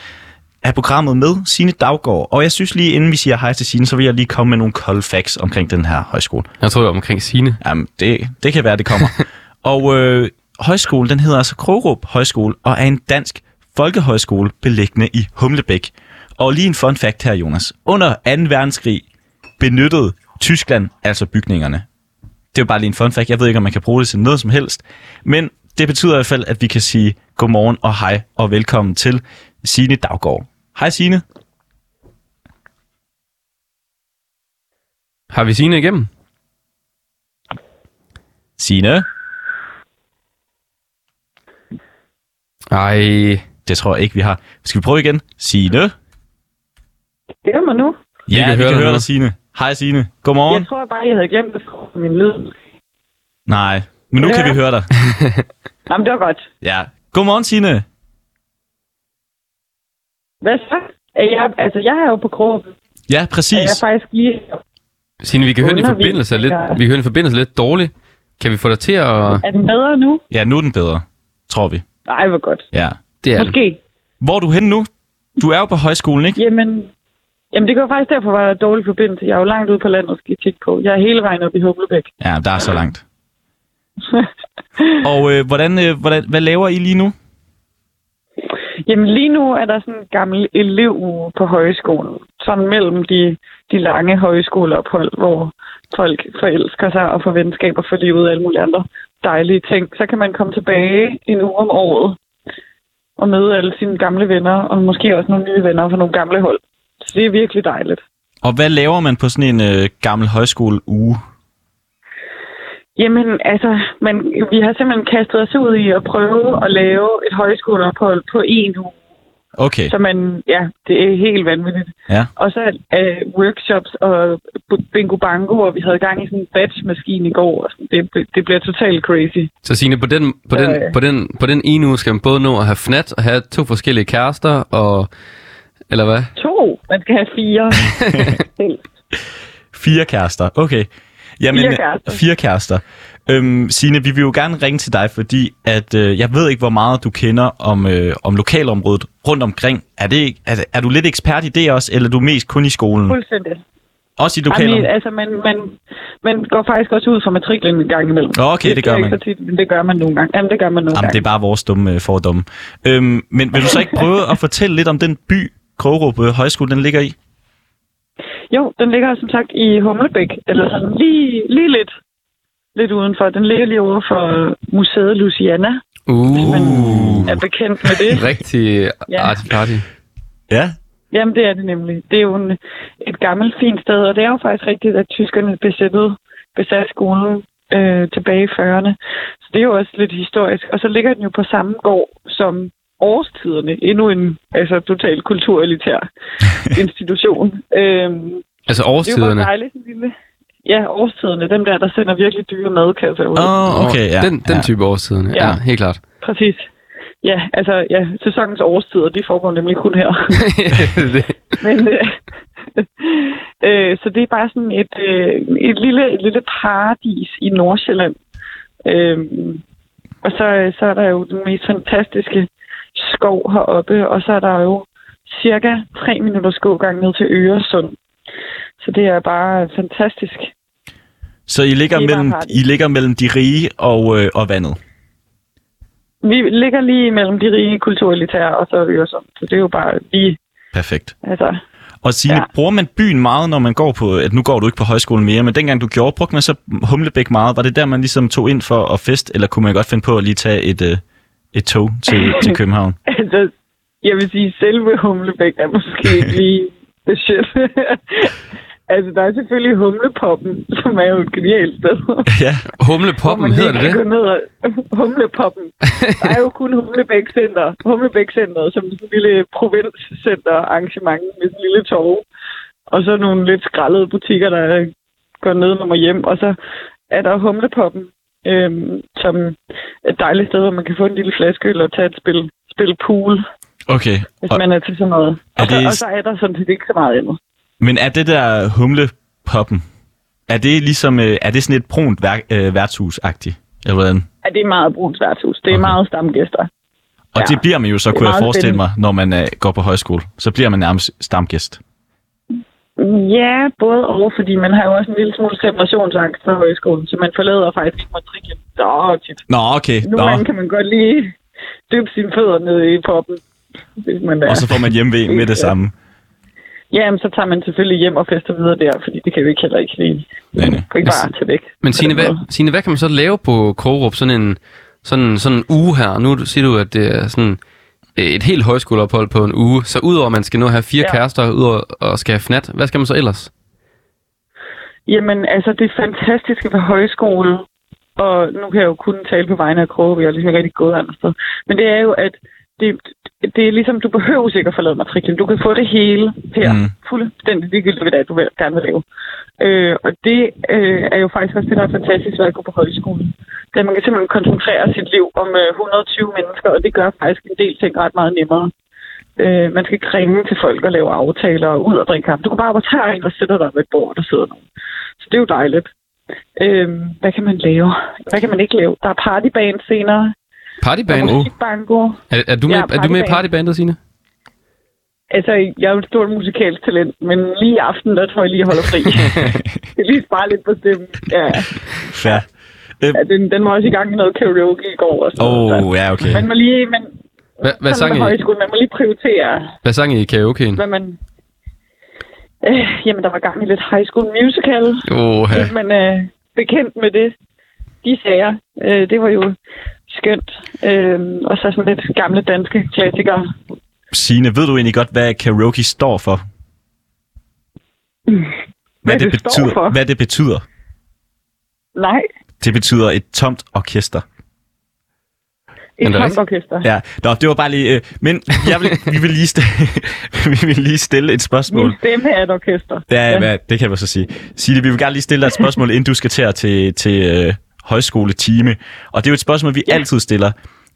[SPEAKER 1] af programmet med, Sine Daggaard. Og jeg synes lige, inden vi siger hej til Sine, så vil jeg lige komme med nogle kolde facts omkring den her højskole.
[SPEAKER 2] Jeg tror, det var omkring Sine.
[SPEAKER 1] Jamen, det, det kan være, det kommer. og øh, højskolen, den hedder altså Krogerup Højskole, og er en dansk folkehøjskole beliggende i Humlebæk. Og lige en fun fact her, Jonas. Under 2. verdenskrig benyttede Tyskland altså bygningerne. Det er jo bare lige en fun fact. Jeg ved ikke, om man kan bruge det til noget som helst. Men det betyder i hvert fald, at vi kan sige godmorgen og hej og velkommen til Signe Daggaard. Hej Signe.
[SPEAKER 2] Har vi Signe igennem?
[SPEAKER 1] Signe?
[SPEAKER 2] Ej,
[SPEAKER 1] Det tror jeg ikke, vi har. Skal vi prøve igen? Signe?
[SPEAKER 6] Det er mig nu.
[SPEAKER 1] Ja, vi kan, vi høre, kan
[SPEAKER 2] dig
[SPEAKER 1] høre
[SPEAKER 2] nu.
[SPEAKER 1] dig, Signe. Hej Signe. Godmorgen.
[SPEAKER 6] Jeg tror bare, jeg havde glemt at skrue på min lyd.
[SPEAKER 1] Nej, men nu kan
[SPEAKER 6] Ja.
[SPEAKER 1] vi høre dig.
[SPEAKER 6] Jamen, det var godt.
[SPEAKER 1] Ja. Godmorgen, Signe.
[SPEAKER 6] Hvad så? Er Jeg, altså, jeg er jo på krogen.
[SPEAKER 1] Ja,
[SPEAKER 6] Jeg er
[SPEAKER 1] præcis.
[SPEAKER 6] faktisk lige...
[SPEAKER 2] Signe, vi kan høre din
[SPEAKER 6] Undervisning,
[SPEAKER 2] forbindelse er lidt,
[SPEAKER 6] ja.
[SPEAKER 2] vi kan høre din forbindelse er lidt dårligt. Kan vi få dig til at...
[SPEAKER 6] Er den bedre nu?
[SPEAKER 1] Ja, nu er den bedre, tror vi.
[SPEAKER 6] Nej, hvor godt.
[SPEAKER 1] Ja.
[SPEAKER 2] Det er den.
[SPEAKER 6] Måske.
[SPEAKER 1] Hvor er du henne nu? Du er jo på højskolen, ikke?
[SPEAKER 6] Jamen, jamen, det kan jo faktisk derfor være en dårlig forbindelse. Jeg er jo langt ude på landet, skal I kigge på. Jeg er hele vejen op i Humlebæk.
[SPEAKER 1] Ja, der er så langt. Og øh, hvordan, øh, hvordan, hvad laver I lige nu?
[SPEAKER 6] Jamen, lige nu er der sådan en gammel elev på højskolen. Sådan mellem de, de lange højskoleophold, hvor folk forelsker sig og får venskaber for livet og alle mulige andre dejlige ting. Så kan man komme tilbage en uge om året og møde alle sine gamle venner, og måske også nogle nye venner fra nogle gamle hold. Så det er virkelig dejligt.
[SPEAKER 1] Og hvad laver man på sådan en øh, gammel højskoleuge?
[SPEAKER 6] Jamen, altså, man, vi har simpelthen kastet os ud i at prøve at lave et højskoleophold på en uge.
[SPEAKER 1] Okay,
[SPEAKER 6] Så man, ja, det er helt vanvittigt.
[SPEAKER 1] ja.
[SPEAKER 6] Og så øh, workshops og bu- bingo bango, og vi havde gang i sådan en batchmaskine i går. Og sådan. Det, det bliver totalt crazy.
[SPEAKER 2] Så Signe, på den, på, den,
[SPEAKER 6] Øh.
[SPEAKER 2] på, den, på den ene uge skal man både nå at have fnat og have to forskellige kærester, og... Eller hvad?
[SPEAKER 6] To, man skal have fire. Selv.
[SPEAKER 1] Fire kærester, okay. Jamen,
[SPEAKER 6] Fire kærester.
[SPEAKER 1] Fire kærester. Øhm, Signe, vi vil jo gerne ringe til dig, fordi at, øh, jeg ved ikke, hvor meget du kender om, øh, om lokalområdet rundt omkring. Er, det, ikke- er, er du lidt ekspert i det også, eller er du mest kun i skolen?
[SPEAKER 6] Fuldstændig.
[SPEAKER 1] Også i
[SPEAKER 6] Jamen,
[SPEAKER 1] lokalområdet?
[SPEAKER 6] altså, man, man, man går faktisk også ud fra matriklen en gang imellem.
[SPEAKER 1] Nå, okay, det gør
[SPEAKER 6] sker
[SPEAKER 1] man.
[SPEAKER 6] Ikke så tit, men det gør man nogle gange. Jamen, det gør man nogle
[SPEAKER 1] Jamen, det er
[SPEAKER 6] gange.
[SPEAKER 1] bare vores dumme øh, fordomme. Øhm, men vil du så ikke prøve at fortælle lidt om den by, Krogerup øh, Højskole, den ligger i?
[SPEAKER 6] Jo, den ligger som sagt i Humlebæk, eller sådan lige, lige lidt, lidt udenfor. Den ligger lige over for museet Luciana,
[SPEAKER 2] Uh,
[SPEAKER 6] uh. er bekendt med det.
[SPEAKER 2] rigtig
[SPEAKER 6] Ja.
[SPEAKER 2] artig party.
[SPEAKER 1] Ja.
[SPEAKER 6] Jamen, det er det nemlig. Det er jo en, et gammelt, fint sted, og det er jo faktisk rigtigt, at tyskerne besættede, besatte skolen øh, tilbage i 40'erne. Så det er jo også lidt historisk. Og så ligger den jo på samme gård som årstiderne. Endnu en altså, total kulturelitær institution. Øhm,
[SPEAKER 2] Altså
[SPEAKER 6] det er jo bare
[SPEAKER 2] årstiderne.
[SPEAKER 6] dejligt, sådan en lille... Ja, årstiderne. Dem der, der sender virkelig dyre madkasser ud.
[SPEAKER 1] Åh, oh, okay, ja.
[SPEAKER 2] Den, den
[SPEAKER 1] ja.
[SPEAKER 2] type årstiderne, ja.
[SPEAKER 6] Ja.
[SPEAKER 2] ja, helt klart.
[SPEAKER 6] Præcis. Ja, altså, ja, sæsonens årstider, de foregår nemlig kun her.
[SPEAKER 2] Det-
[SPEAKER 6] Men, øh, øh, så det er bare sådan et, øh, et, lille, et lille paradis i Nordsjælland. Øh, og så, øh, så er der jo den mest fantastiske skov heroppe, og så er der jo cirka 3 minutters gågang ned til Øresund. Så det er bare fantastisk.
[SPEAKER 1] Så I ligger,
[SPEAKER 6] Det er bare
[SPEAKER 1] mellem,
[SPEAKER 6] paradis.
[SPEAKER 1] I ligger mellem de rige og, øh, og vandet?
[SPEAKER 6] Vi ligger lige mellem de rige kulturelitære og så Øresund, så det er jo bare vi.
[SPEAKER 1] Perfekt.
[SPEAKER 6] Altså,
[SPEAKER 1] Og Signe, ja.
[SPEAKER 6] Ja.
[SPEAKER 1] bruger man byen meget, når man går på... At nu går du ikke på højskolen mere, men dengang du gjorde, brugte man så Humlebæk meget? Var det der, man ligesom tog ind for at fest, eller kunne man godt finde på at lige tage et, øh, et tog til, til København?
[SPEAKER 6] Altså, jeg vil sige, selve Humlebæk er måske ikke lige the shit. altså, der er selvfølgelig Humlepoppen, som er jo et genialt sted.
[SPEAKER 1] ja.
[SPEAKER 6] Hvor man
[SPEAKER 2] Humlepoppen
[SPEAKER 6] lige
[SPEAKER 2] hedder det
[SPEAKER 6] kan
[SPEAKER 2] det?
[SPEAKER 6] gå ned og... Humlepoppen. Der er jo kun Humlebæk Center. Humlebæk Center som sådan et lille provinscenter arrangement med sådan en lille torv. Og så nogle lidt skraldede butikker, der går ned og hjem. Og så er der Humlepoppen, øhm, som er et dejligt sted, hvor man kan få en lille flaskeøl og tage et spil, spil pool
[SPEAKER 1] Okay.
[SPEAKER 6] hvis
[SPEAKER 1] Og,
[SPEAKER 6] man er til sådan noget.
[SPEAKER 1] Er
[SPEAKER 6] Og, så,
[SPEAKER 1] det-
[SPEAKER 6] og så er der sådan set ikke så meget andet.
[SPEAKER 1] men er det der Humlepoppen, er det ligesom... Øh, er det sådan et brunt vær, øh, værtshus-agtigt? Eller hvordan?
[SPEAKER 6] Ja, det er meget brunt værtshus. Det er
[SPEAKER 1] Okay.
[SPEAKER 6] okay. meget stamgæster.
[SPEAKER 1] Og ja.
[SPEAKER 6] Ja.
[SPEAKER 1] det bliver man jo så,
[SPEAKER 6] Det er
[SPEAKER 1] kunne jeg
[SPEAKER 6] meget
[SPEAKER 1] forestille
[SPEAKER 6] spændende.
[SPEAKER 1] mig, når man øh, går på højskole. Så bliver man nærmest stamgæst.
[SPEAKER 6] Ja, både og, fordi man har jo også en lille smule separationsangst fra højskolen, så man forlader faktisk ikke matriklen så tit.
[SPEAKER 1] Nå, okay.
[SPEAKER 6] Nogle
[SPEAKER 1] Nå.
[SPEAKER 6] gange kan man godt lige dyppe sine fødder ned i poppen. Hvis man er.
[SPEAKER 1] Og så får man hjemmevæg med det samme.
[SPEAKER 6] Ja, men så tager man selvfølgelig hjem og fester videre der, fordi det kan vi ikke heller ikke lige.
[SPEAKER 1] Nej, nej.
[SPEAKER 6] Kan ikke bare
[SPEAKER 2] Altså,
[SPEAKER 6] tage væk.
[SPEAKER 2] Men
[SPEAKER 6] på
[SPEAKER 2] Signe
[SPEAKER 6] den
[SPEAKER 2] hvad,
[SPEAKER 6] måde.
[SPEAKER 2] Signe, hvad kan man så lave på Krogerup? Sådan en, sådan, sådan en uge her. Nu siger du, at det er sådan øh, et helt højskoleophold på en uge. Så udover at man skal nå at have fire ja.
[SPEAKER 6] Ja.
[SPEAKER 2] kærester, udover at skal have fnat, hvad skal man så ellers?
[SPEAKER 6] Jamen, altså det fantastiske ved højskole, og nu kan jeg jo kun tale på vegne af Kroge, jeg er ligesom ikke rigtig gået andre steder, men det er jo, at det, det er ligesom, du behøver sikkert at forlade matriklen. Du kan få det hele her.
[SPEAKER 1] Mm.
[SPEAKER 6] Mm. Fuldstændig ligegyldigt, hvad det er, du vil- gerne vil lave. Øh, og det øh, er jo faktisk også det, der er fantastisk ved at gå på højskole. Da man kan simpelthen koncentrere sit liv om øh, 120 mennesker, og det gør faktisk en del ting ret meget nemmere. Øh, man skal ikke ringe til folk og lave aftaler og ud og drikke kaffe. Du kan bare op og tage ind og sætte dig ved et bord, og der sidder nogen. Så det er jo dejligt. Øhm, hvad kan man lave? Hvad kan man ikke lave? Der er partyband senere.
[SPEAKER 2] Partyband?
[SPEAKER 6] Og
[SPEAKER 2] Oh.
[SPEAKER 6] musikbanko.
[SPEAKER 2] Er, er, du med,
[SPEAKER 6] Ja,
[SPEAKER 2] er du med i
[SPEAKER 6] partyband.
[SPEAKER 2] partybandet, Signe?
[SPEAKER 6] Altså, jeg er jo et stort musikalsk talent, men lige i aften, der tror jeg lige, jeg holder fri. det er lige spare lidt på stemmen. Ja,
[SPEAKER 1] Ja.
[SPEAKER 6] ja den, den var også i gang med noget karaoke i går. Og sådan noget, så.
[SPEAKER 1] Åh, ja, okay.
[SPEAKER 6] Man må lige... Man,
[SPEAKER 2] Hvad, hvad,
[SPEAKER 6] sådan
[SPEAKER 2] sang
[SPEAKER 6] med
[SPEAKER 2] I,
[SPEAKER 6] højskole, man må lige prioritere,
[SPEAKER 2] hvad sang I i karaoke'en?
[SPEAKER 6] hvad man... Øh, jamen, der var gang i lidt high school musical.
[SPEAKER 2] Åh,
[SPEAKER 6] Ja.
[SPEAKER 2] ja.
[SPEAKER 6] Hvis man er øh, bekendt med det, de sager, øh, det var jo skønt. Øh, og så sådan lidt gamle danske klassikere.
[SPEAKER 1] Signe, ved du egentlig godt, hvad karaoke står for? Hvad,
[SPEAKER 6] det står
[SPEAKER 1] betyder,
[SPEAKER 6] for?
[SPEAKER 1] hvad det betyder?
[SPEAKER 6] Nej,
[SPEAKER 1] Det betyder et tomt orkester.
[SPEAKER 2] Men
[SPEAKER 6] et
[SPEAKER 2] det er rigtigt.
[SPEAKER 6] tomt orkester.
[SPEAKER 1] Ja, Nå, det var bare lige... Øh, men jeg vil, vi, vil lige stille, vi vil lige stille et spørgsmål.
[SPEAKER 6] Min stemme er et orkester.
[SPEAKER 1] Ja, ja. Hvad, det kan man så sige. Signe, vi vil gerne lige stille dig et spørgsmål, inden du skal til, til, til øh, højskoletime. Og det er jo et spørgsmål, vi ja. altid stiller.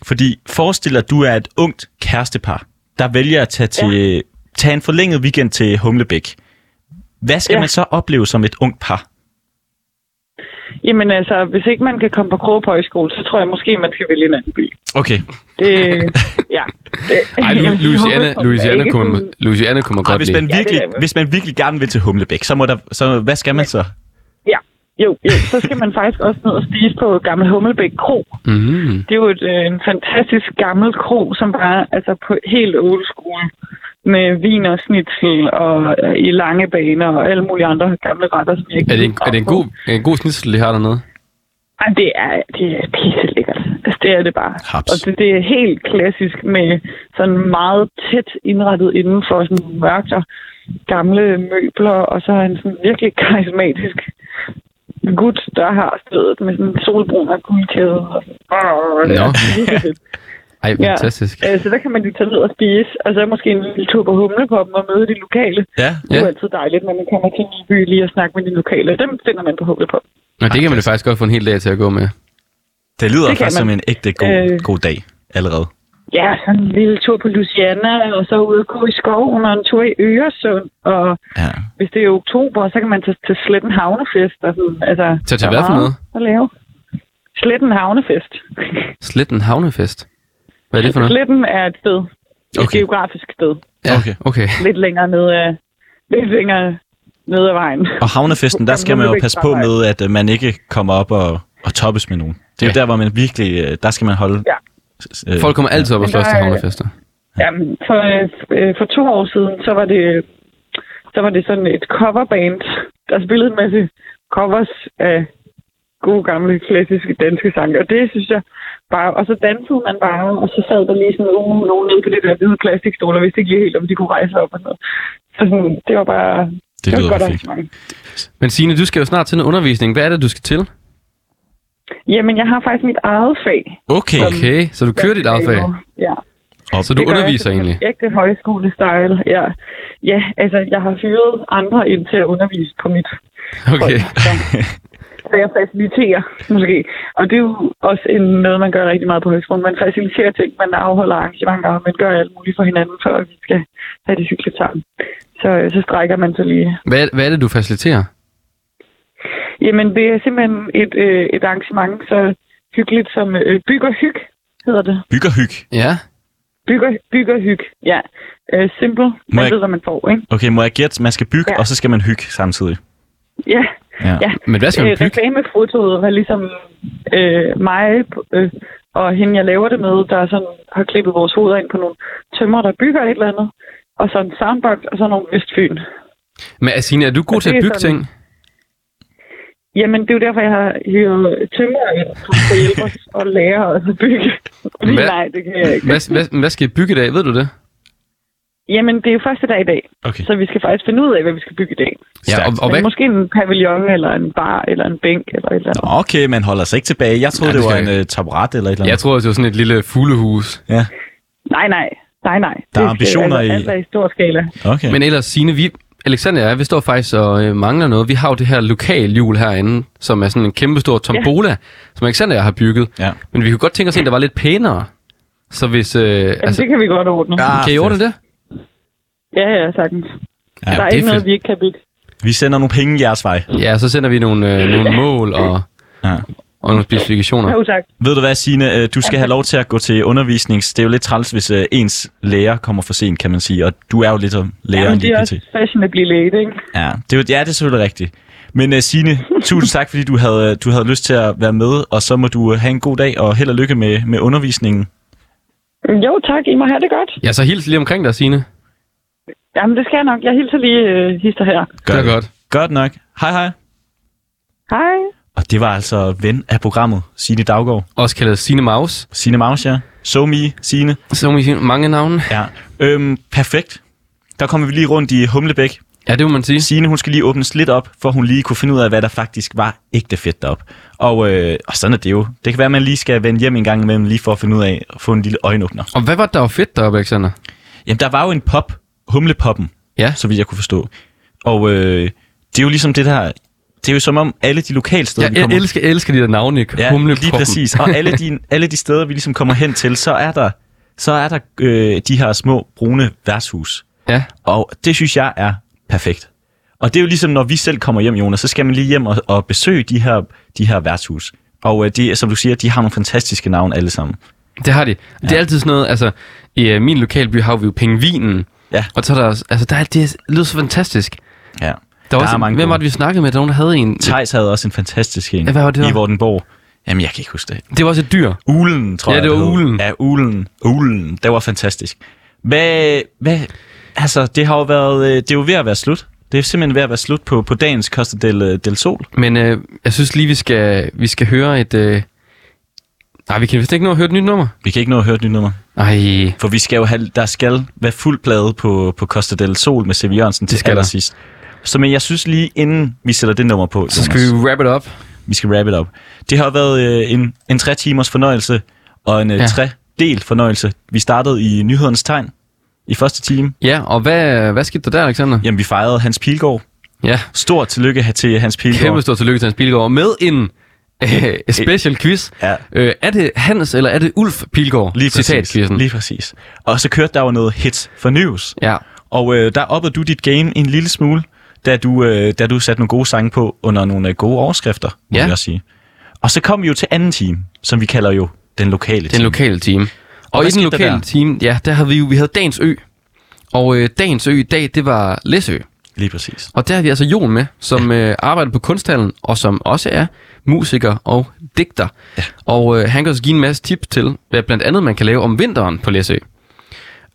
[SPEAKER 1] Fordi forestil dig, at du er et ungt kærestepar, der vælger at tage, til, ja. tage en forlænget weekend til Humlebæk. Hvad skal ja.
[SPEAKER 6] Ja.
[SPEAKER 1] man så opleve som et ungt par?
[SPEAKER 6] Jamen altså, hvis ikke man kan komme på Kroge på højskole, så tror jeg måske, man skal vælge en anden by.
[SPEAKER 1] Okay,
[SPEAKER 6] Det, ja. Det-
[SPEAKER 2] Ej,
[SPEAKER 6] jeg
[SPEAKER 2] Lu-
[SPEAKER 6] håber,
[SPEAKER 2] Louisiana,
[SPEAKER 6] at man
[SPEAKER 2] Louisiana,
[SPEAKER 6] ikke
[SPEAKER 2] kunne,
[SPEAKER 6] sådan-
[SPEAKER 2] Louisiana kunne man
[SPEAKER 1] Ej,
[SPEAKER 2] godt
[SPEAKER 1] hvis,
[SPEAKER 2] lide.
[SPEAKER 1] man virkelig,
[SPEAKER 6] det er-
[SPEAKER 1] hvis man virkelig gerne vil til Humlebæk, så, må der, så hvad skal man så?
[SPEAKER 6] Ja, jo, jo. Så skal man faktisk også ned og spise på Gammel Hummelbæk Kro.
[SPEAKER 2] Mm.
[SPEAKER 6] Det er jo et, øh, en fantastisk gammel kro, som var altså, på helt old school med vin og snitsel og øh, i lange baner og alle mulige andre gamle retter, som jeg ikke
[SPEAKER 2] Er det en, er det en god, en god snitsel, de har dernede?
[SPEAKER 6] Ej, det er, det er pisse lækkert. Altså, det er det bare.
[SPEAKER 1] Haps.
[SPEAKER 6] Og det, det, er helt klassisk med sådan meget tæt indrettet inden for sådan mørkt og gamle møbler, og så er en sådan virkelig karismatisk gut, der har stedet med sådan en solbrun og guldkæde. Og sådan. Åh, det er
[SPEAKER 2] Nå.
[SPEAKER 6] virkelig fedt.
[SPEAKER 2] Ej, fantastisk.
[SPEAKER 6] Ja, øh, så der kan man jo tage ned og spise, og så måske en lille tur på humlepoppen og møde de lokale.
[SPEAKER 1] Ja.
[SPEAKER 6] Det er
[SPEAKER 2] Ja.
[SPEAKER 6] jo altid dejligt, når man kommer til en ny by lige og snakke med de lokale. Dem finder man på humlepoppen.
[SPEAKER 2] Nå, det kan man jo faktisk godt få en hel dag til at gå med.
[SPEAKER 1] Det lyder
[SPEAKER 6] Det kan
[SPEAKER 1] det faktisk som
[SPEAKER 6] man.
[SPEAKER 1] en ægte god, øh...
[SPEAKER 6] Øh.
[SPEAKER 1] god dag allerede.
[SPEAKER 6] Ja, så en lille tur på Louisiana, og så ud og gå i skoven, og en tur i Øresund. Og
[SPEAKER 1] Ja.
[SPEAKER 6] hvis det er oktober, så kan man tage til Sletten Havnefest. Og sådan, altså,
[SPEAKER 2] Tag til
[SPEAKER 6] der er
[SPEAKER 2] hvad for noget?
[SPEAKER 6] meget At lave. Sletten Havnefest.
[SPEAKER 2] Sletten Havnefest. Hvad er det for noget?
[SPEAKER 6] Sletten er et sted. Et
[SPEAKER 1] Okay.
[SPEAKER 6] geografisk sted.
[SPEAKER 1] Okay.
[SPEAKER 2] okay.
[SPEAKER 6] Lidt længere nede af, lidt længere nede af vejen.
[SPEAKER 1] Og havnefesten, der skal man jo passe på med, at øh, man ikke kommer op og, og toppes med nogen. Det er jo
[SPEAKER 2] Ja.
[SPEAKER 1] der, hvor man virkelig, øh, der skal man holde...
[SPEAKER 6] Ja.
[SPEAKER 1] øh,
[SPEAKER 2] Folk kommer altid op og
[SPEAKER 6] Men
[SPEAKER 2] slås
[SPEAKER 6] der
[SPEAKER 2] til
[SPEAKER 6] er-
[SPEAKER 2] havnefester.
[SPEAKER 6] Jamen, for, øh, øh, for to år siden, så var det, så var det sådan et coverband, der spillede en masse covers af gode gamle klassiske danske sange. Og det synes jeg bare... Og så dansede man bare, og så sad der lige sådan nogen, nogen nede på det der hvide plastikstol, og vidste ikke lige helt, om de kunne rejse sig op og sådan noget. Så sådan, det var bare...
[SPEAKER 1] Det
[SPEAKER 6] var
[SPEAKER 1] lyder
[SPEAKER 6] godt
[SPEAKER 1] perfekt.
[SPEAKER 6] arrangement.
[SPEAKER 2] Men Signe, du skal jo snart til noget undervisning. Hvad er det, du skal til?
[SPEAKER 6] Jamen, jeg har faktisk mit eget fag.
[SPEAKER 1] Okay.
[SPEAKER 2] Okay, så du kører dit eget fag.
[SPEAKER 6] Ja.
[SPEAKER 2] Så du
[SPEAKER 6] Det gør jeg
[SPEAKER 2] underviser
[SPEAKER 6] sådan
[SPEAKER 2] egentlig.
[SPEAKER 6] Ægte højskole-style, ja. Ja, altså, jeg har fyret andre ind til at undervise på mit
[SPEAKER 2] Okay.
[SPEAKER 6] folk, som hvad jeg faciliterer, måske. Og det er jo også en, noget, man gør rigtig meget på højskolen. Man faciliterer ting, man afholder arrangementer, og man gør alt muligt for hinanden, før vi skal have det cyklet sammen. Så, øh, så strækker man så lige.
[SPEAKER 2] Hvad, hvad er det, du faciliterer?
[SPEAKER 6] Jamen, det er simpelthen et, øh, et arrangement så hyggeligt som øh, byg og hyg, hedder det.
[SPEAKER 1] Byg og hyg.
[SPEAKER 2] Ja.
[SPEAKER 6] Byg og, byg og hyg, ja. Øh, simple, man
[SPEAKER 1] jeg-
[SPEAKER 6] ved, hvad man får, ikke?
[SPEAKER 1] Okay, må jeg gætte? Man skal bygge, ja.
[SPEAKER 6] Ja.
[SPEAKER 1] og så skal man hygge samtidig.
[SPEAKER 6] Ja,
[SPEAKER 1] Ja.
[SPEAKER 6] ja.
[SPEAKER 2] Men hvad skal man
[SPEAKER 6] øh,
[SPEAKER 2] bygge?
[SPEAKER 6] reklamefotoet var ligesom øh, mig øh, og hende, jeg laver det med, der sådan har klippet vores hoveder ind på nogle tømmer, der bygger et eller andet. Og så en soundbox, og så nogle Vestfyn.
[SPEAKER 2] Men Signe, er du god til
[SPEAKER 6] det
[SPEAKER 2] at
[SPEAKER 6] er
[SPEAKER 2] bygge
[SPEAKER 6] sådan-
[SPEAKER 2] ting?
[SPEAKER 6] Jamen, det er jo derfor, jeg har hyret tømmer ind, som skal hjælpe os og lære os at bygge. Fordi
[SPEAKER 2] Hvad?
[SPEAKER 6] nej, det kan jeg ikke.
[SPEAKER 2] Hvad, hvad, hvad skal I bygge i dag? Ved du det?
[SPEAKER 6] Jamen, det er jo første dag i dag,
[SPEAKER 1] Okay.
[SPEAKER 6] så vi skal faktisk finde ud af, hvad vi skal bygge i dag.
[SPEAKER 1] Stærkt.
[SPEAKER 2] og, og
[SPEAKER 6] Men
[SPEAKER 2] hvad,
[SPEAKER 6] Måske en pavillon, eller en bar, eller en bænk, eller et eller andet.
[SPEAKER 1] Okay, man holder sig ikke tilbage. Jeg troede,
[SPEAKER 2] Ja,
[SPEAKER 1] ja, det, det
[SPEAKER 2] det
[SPEAKER 1] var
[SPEAKER 2] skal jeg
[SPEAKER 1] en uh, taburet eller et eller andet.
[SPEAKER 2] jeg tror, det var sådan et lille fuglehus.
[SPEAKER 1] Ja.
[SPEAKER 6] Nej, nej. Nej,
[SPEAKER 1] Der
[SPEAKER 6] nej.
[SPEAKER 1] er
[SPEAKER 6] Det skal-
[SPEAKER 1] ambitioner
[SPEAKER 6] altså,
[SPEAKER 1] i-
[SPEAKER 6] Alt er i stor skala.
[SPEAKER 1] Okay.
[SPEAKER 2] Men ellers, Signe, vi, Alexander og jeg, vi står faktisk og øh, mangler noget. Vi har jo det her lokalhjul herinde, som er sådan en kæmpestor tombola, som Alexander og jeg har bygget.
[SPEAKER 1] Ja.
[SPEAKER 2] Men vi kunne godt tænke os en, der var lidt pænere. Så hvis... Øh,
[SPEAKER 6] Jamen,
[SPEAKER 2] altså,
[SPEAKER 6] det kan vi godt ordne. Ja,
[SPEAKER 2] kan I ordne det?
[SPEAKER 6] ja, ja sagtens.
[SPEAKER 1] Ja,
[SPEAKER 6] Ja, der er
[SPEAKER 2] det er
[SPEAKER 6] ikke noget,
[SPEAKER 2] fedt.
[SPEAKER 6] vi ikke kan bygge.
[SPEAKER 1] Vi sender nogle penge jeres vej.
[SPEAKER 2] Ja, så sender vi nogle, øh, nogle mål og,
[SPEAKER 1] Ja.
[SPEAKER 2] og nogle specifikationer.
[SPEAKER 6] Jo, tak.
[SPEAKER 1] Ved du hvad, Signe? øh, Du skal have lov til at gå til undervisning. Det er jo lidt træls, hvis øh, ens lærer kommer for sent, kan man sige. Og du er jo lidt om lærer
[SPEAKER 6] Jamen,
[SPEAKER 1] Jamen,
[SPEAKER 6] det
[SPEAKER 1] lige pt.
[SPEAKER 6] er også fashionably late, ikke?
[SPEAKER 1] Ja, det er, jo- ja, det er selvfølgelig rigtigt. Men uh, Signe, tusind tak, fordi du havde, øh, du havde lyst til at være med. Og så må du øh, have en god dag, og held og lykke med, med undervisningen.
[SPEAKER 6] Jo, tak. I må have det godt.
[SPEAKER 2] Ja, så hils lige omkring dig, Signe.
[SPEAKER 6] Jamen, det skal jeg nok. Jeg hilser lige øh, hister her.
[SPEAKER 2] Gør det er godt.
[SPEAKER 1] Godt nok. Hej hej.
[SPEAKER 6] Hej.
[SPEAKER 1] Og det var altså ven af programmet, Signe Daggaard.
[SPEAKER 2] Også kaldet Signe Maus.
[SPEAKER 1] Signe Maus, ja. So me, Signe.
[SPEAKER 2] Så må I sige mange navne.
[SPEAKER 1] Ja. Øhm, perfekt. Der kommer vi lige rundt i Humlebæk.
[SPEAKER 2] Ja, det må man sige.
[SPEAKER 1] Signe, hun skal lige åbnes lidt op, for hun lige kunne finde ud af, hvad der faktisk var ægte fedt derop. Og, øh, og sådan er det jo. Det kan være, at man lige skal vende hjem en gang imellem, lige for at finde ud af at få en lille øjenåbner.
[SPEAKER 2] Og hvad var det, der var fedt deroppe, Alexander?
[SPEAKER 1] Jamen, der var jo en pop, humlepoppen,
[SPEAKER 2] Ja.
[SPEAKER 1] så vidt jeg kunne forstå. Og øh, det er jo ligesom det der, det er jo som om alle de lokalsteder,
[SPEAKER 2] Jeg,
[SPEAKER 1] vi
[SPEAKER 2] jeg
[SPEAKER 1] kommer
[SPEAKER 2] elsker, elsker de der navne, ikke?
[SPEAKER 1] Ja, lige præcis. Og alle de, alle de steder, vi ligesom kommer hen til, så er der, så er der øh, de her små brune værtshus.
[SPEAKER 2] ja,
[SPEAKER 1] Og det synes jeg er perfekt. Og det er jo ligesom, når vi selv kommer hjem, Jonas, så skal man lige hjem og, og besøge de her, de her værtshus. Og øh, det, er, som du siger, de har nogle fantastiske navne alle sammen.
[SPEAKER 2] det har de. Ja. Det er altid sådan noget, altså, i øh, min lokalby har vi jo pingvinen.
[SPEAKER 1] Ja.
[SPEAKER 2] Og så er der også, altså, der er, det lyder så fantastisk. Der,
[SPEAKER 1] Ja.
[SPEAKER 2] var også, hvem var det, vi snakkede med? Der var nogen, der havde en.
[SPEAKER 1] Thijs havde også en fantastisk en
[SPEAKER 2] Ja, hvad var det, der?
[SPEAKER 1] i Vortenborg. Jamen, jeg kan ikke huske det.
[SPEAKER 2] Det var også et dyr.
[SPEAKER 1] Ulen, tror
[SPEAKER 2] Ja,
[SPEAKER 1] jeg.
[SPEAKER 2] det var
[SPEAKER 1] hed.
[SPEAKER 2] Ulen.
[SPEAKER 1] Ja, ulen. Ulen. Det var fantastisk. Hvad, hvad, altså, det har jo været, øh, det er jo ved at være slut. Det er simpelthen ved at være slut på, på dagens Costa del, øh, del Sol.
[SPEAKER 2] Men øh, jeg synes lige, vi skal, vi skal høre et... Øh... Nej, vi kan vist ikke nå at høre et nyt nummer.
[SPEAKER 1] Vi kan ikke nå at høre et nyt nummer.
[SPEAKER 2] Ej,
[SPEAKER 1] For vi skal jo have, der skal være fuld plade på, på Costa del Sol med C.V. Jørgensen til
[SPEAKER 2] skal der.
[SPEAKER 1] allersidst. Så men jeg synes lige, inden vi sætter det nummer på,
[SPEAKER 2] så skal vi wrap it up.
[SPEAKER 1] vi skal wrap it up. Det har været øh, en, en tre timers fornøjelse, og en øh,
[SPEAKER 2] Ja.
[SPEAKER 1] ja. tre del fornøjelse. Vi startede i nyhedernes tegn i første time.
[SPEAKER 2] Ja, og hvad, hvad skete der der, Alexander?
[SPEAKER 1] Jamen, vi fejrede Hans Pilgaard.
[SPEAKER 2] Ja,
[SPEAKER 1] Stort tillykke her til Hans Pilgaard.
[SPEAKER 2] kæmpe stort tillykke til Hans Pilgaard med en øh, special quiz.
[SPEAKER 1] Ja.
[SPEAKER 2] Øh, er det Hans, eller er det Ulf Pilgaard?
[SPEAKER 1] Lige præcis.
[SPEAKER 2] Citatquizzen.
[SPEAKER 1] Lige præcis. Og så kørte der jo noget hits for news.
[SPEAKER 2] Ja,
[SPEAKER 1] Og øh, der oppede du dit game en lille smule, da du, øh, da du satte nogle gode sange på under nogle øh, gode overskrifter, må
[SPEAKER 2] Ja.
[SPEAKER 1] jeg sige. Og så kom vi jo til anden time, som vi kalder jo den lokale
[SPEAKER 2] den
[SPEAKER 1] time.
[SPEAKER 2] lokale team. Og, og i
[SPEAKER 1] hvad
[SPEAKER 2] den
[SPEAKER 1] skete der
[SPEAKER 2] lokale
[SPEAKER 1] der?
[SPEAKER 2] team, ja, der havde vi jo, vi havde Dagens Ø. Og øh, Dagens Ø i dag, det var Læsø.
[SPEAKER 1] Lige præcis.
[SPEAKER 2] Og der har vi altså Jon med, som øh, arbejder på kunsthallen, og som også er musiker og digter. Ja. Og øh, han kan også give en masse tips til, hvad blandt andet man kan lave om vinteren på Læsø.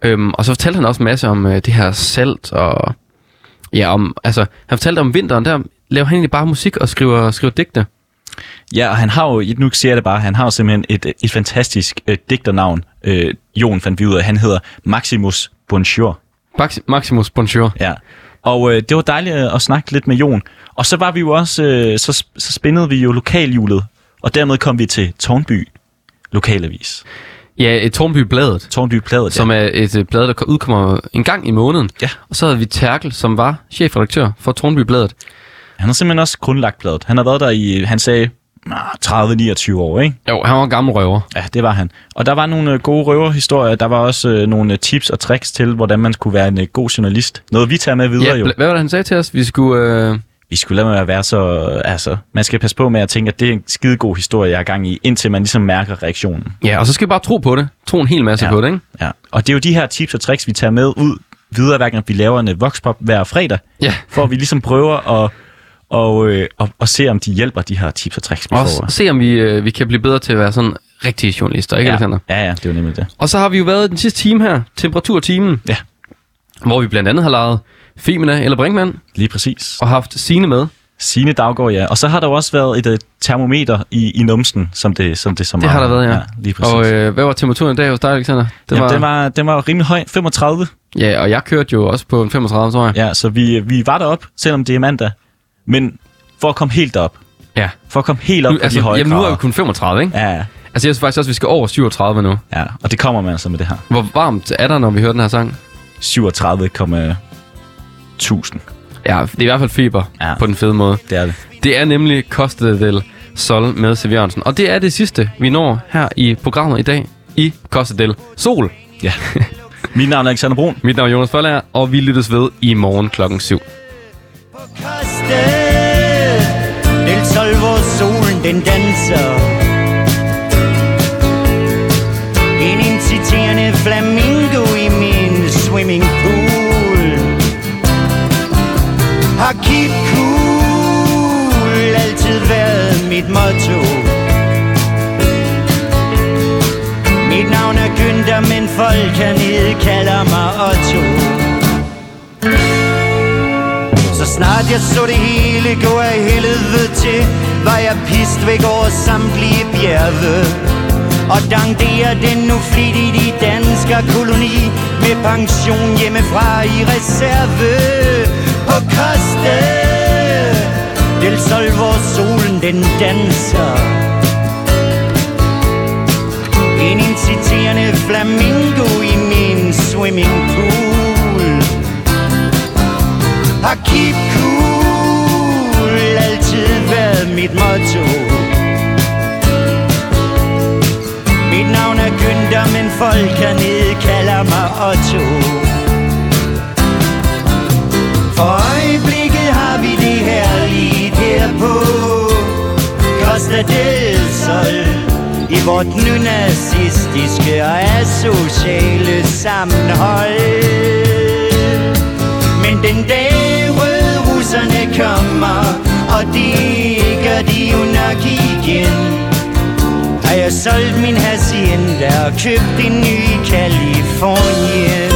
[SPEAKER 2] Øhm, og så fortalte han også en masse om øh, det her salt, og ja, om, altså, han fortalte om vinteren, der laver han egentlig bare musik og skriver, skriver digte.
[SPEAKER 1] Ja, og han har jo, nu siger jeg det bare, han har jo simpelthen et, et fantastisk øh, digternavn. Øh, Jon fandt vi ud af, han hedder Maximus Bonjour.
[SPEAKER 2] Max- Maximus Bonjour.
[SPEAKER 1] Ja. Og øh, det var dejligt at snakke lidt med Jon. Og så var vi jo også, øh, så, sp- så spændede vi jo lokalhjulet, og dermed kom vi til Tornby Lokalavis.
[SPEAKER 2] Ja, et Tornby Bladet,
[SPEAKER 1] Tornby Pladet,
[SPEAKER 2] som er et øh, blad, der udkommer en gang i måneden.
[SPEAKER 1] Ja.
[SPEAKER 2] Og så havde vi Terkel, som var chefredaktør for Tornby Bladet.
[SPEAKER 1] Han har simpelthen også grundlagt bladet. Han har været der i, øh, han sagde, "Ah, 30-29 år, ikke?
[SPEAKER 2] Jo, han var en gammel røver.
[SPEAKER 1] Ja, det var han. Og der var nogle øh, gode røverhistorier. Der var også øh, nogle øh, tips og tricks til, hvordan man skulle være en øh, god journalist. Noget vi tager med videre
[SPEAKER 2] Ja,
[SPEAKER 1] jo.
[SPEAKER 2] bla- hvad var det, han sagde til os? Vi skulle... Øh...
[SPEAKER 1] Vi skulle lade med at være så... øh, Altså, man skal passe på med at tænke, at det er en skide god historie, jeg er gang i, indtil man ligesom mærker reaktionen.
[SPEAKER 2] Ja, og så skal vi bare tro på det. Tro en hel masse ja.
[SPEAKER 1] Ja.
[SPEAKER 2] på det, ikke?
[SPEAKER 1] Ja. Og det er jo de her tips og tricks, vi tager med ud videre, hver gang vi laver en øh, voxpop hver fredag,
[SPEAKER 2] Ja.
[SPEAKER 1] for at vi ligesom prøver at, og, øh, og, og se, om de hjælper de her tips og tricks, vi
[SPEAKER 2] Også
[SPEAKER 1] får.
[SPEAKER 2] se, om vi, øh, vi kan blive bedre til at være sådan rigtige journalister, ikke, ja. Alexander?
[SPEAKER 1] ja, ja, det er jo nemlig det.
[SPEAKER 2] Og så har vi jo været i den sidste time her, temperaturtimen.
[SPEAKER 1] Ja.
[SPEAKER 2] Hvor vi blandt andet har lejet Femina eller Brinkmann
[SPEAKER 1] Lige præcis.
[SPEAKER 2] og haft Sine med.
[SPEAKER 1] Signe Daggaard, ja. Og så har der jo også været et uh, termometer i, i numsen, som det, som det så
[SPEAKER 2] Det
[SPEAKER 1] meget.
[SPEAKER 2] har der været, ja.
[SPEAKER 1] lige præcis.
[SPEAKER 2] og øh, hvad var temperaturen i dag hos dig, Alexander?
[SPEAKER 1] Den, Jamen, var... Den, var, den var rimelig høj, 35.
[SPEAKER 2] Ja, og jeg kørte jo også på en 35, tror jeg.
[SPEAKER 1] Ja, så vi, øh, vi var derop, selvom det er mandag. Men for at komme helt op.
[SPEAKER 2] Ja.
[SPEAKER 1] For at komme helt op
[SPEAKER 2] Nu,
[SPEAKER 1] nu, altså,
[SPEAKER 2] altså,
[SPEAKER 1] de høje
[SPEAKER 2] jamen, nu er vi
[SPEAKER 1] grader.
[SPEAKER 2] kun 35, ikke?
[SPEAKER 1] Ja,
[SPEAKER 2] Altså, jeg synes faktisk også, at vi skal over 37 nu.
[SPEAKER 1] ja, og det kommer man altså med det her.
[SPEAKER 2] Hvor varmt er der, når vi hører den her sang?
[SPEAKER 1] 37,1000.
[SPEAKER 2] Ja, det er i hvert fald feber
[SPEAKER 1] Ja.
[SPEAKER 2] ja. på den fede måde.
[SPEAKER 1] Det er det.
[SPEAKER 2] Det er nemlig Costa del Sol med Siv Jørgensen. Og det er det sidste, vi når her i programmet i dag i Costa del Sol.
[SPEAKER 1] Ja. Mit navn er Alexander Brun.
[SPEAKER 2] Mit navn er Jonas Forlager, og vi lyttes ved i morgen klokken 7.
[SPEAKER 7] Costa del sol, hvor solen den danser. En inciterende flamingo i min swimming pool. Har keep cool altid været mit motto. Mit navn er Günther, men folk hernede kalder mig Otto. Så snart jeg så det hele gå af helvede til Var jeg pist væk over samtlige bjerge Og dangderer den nu flittigt i dansker koloni Med pension hjemmefra i reserve På Koste Del Sol, hvor solen den danser En inciterende flamingo i min swimming pool har keep cool altid været mit motto. Mit navn er Günther, men folk hernede kalder mig Otto. For øjeblikket har vi det her lige her på Costa del Sol i vort nu nazistiske og asociale sammenhold. Men den dag røde russerne kommer Og det gør de jo nok igen Har jeg solgt min hacienda og købt en ny i Kalifornien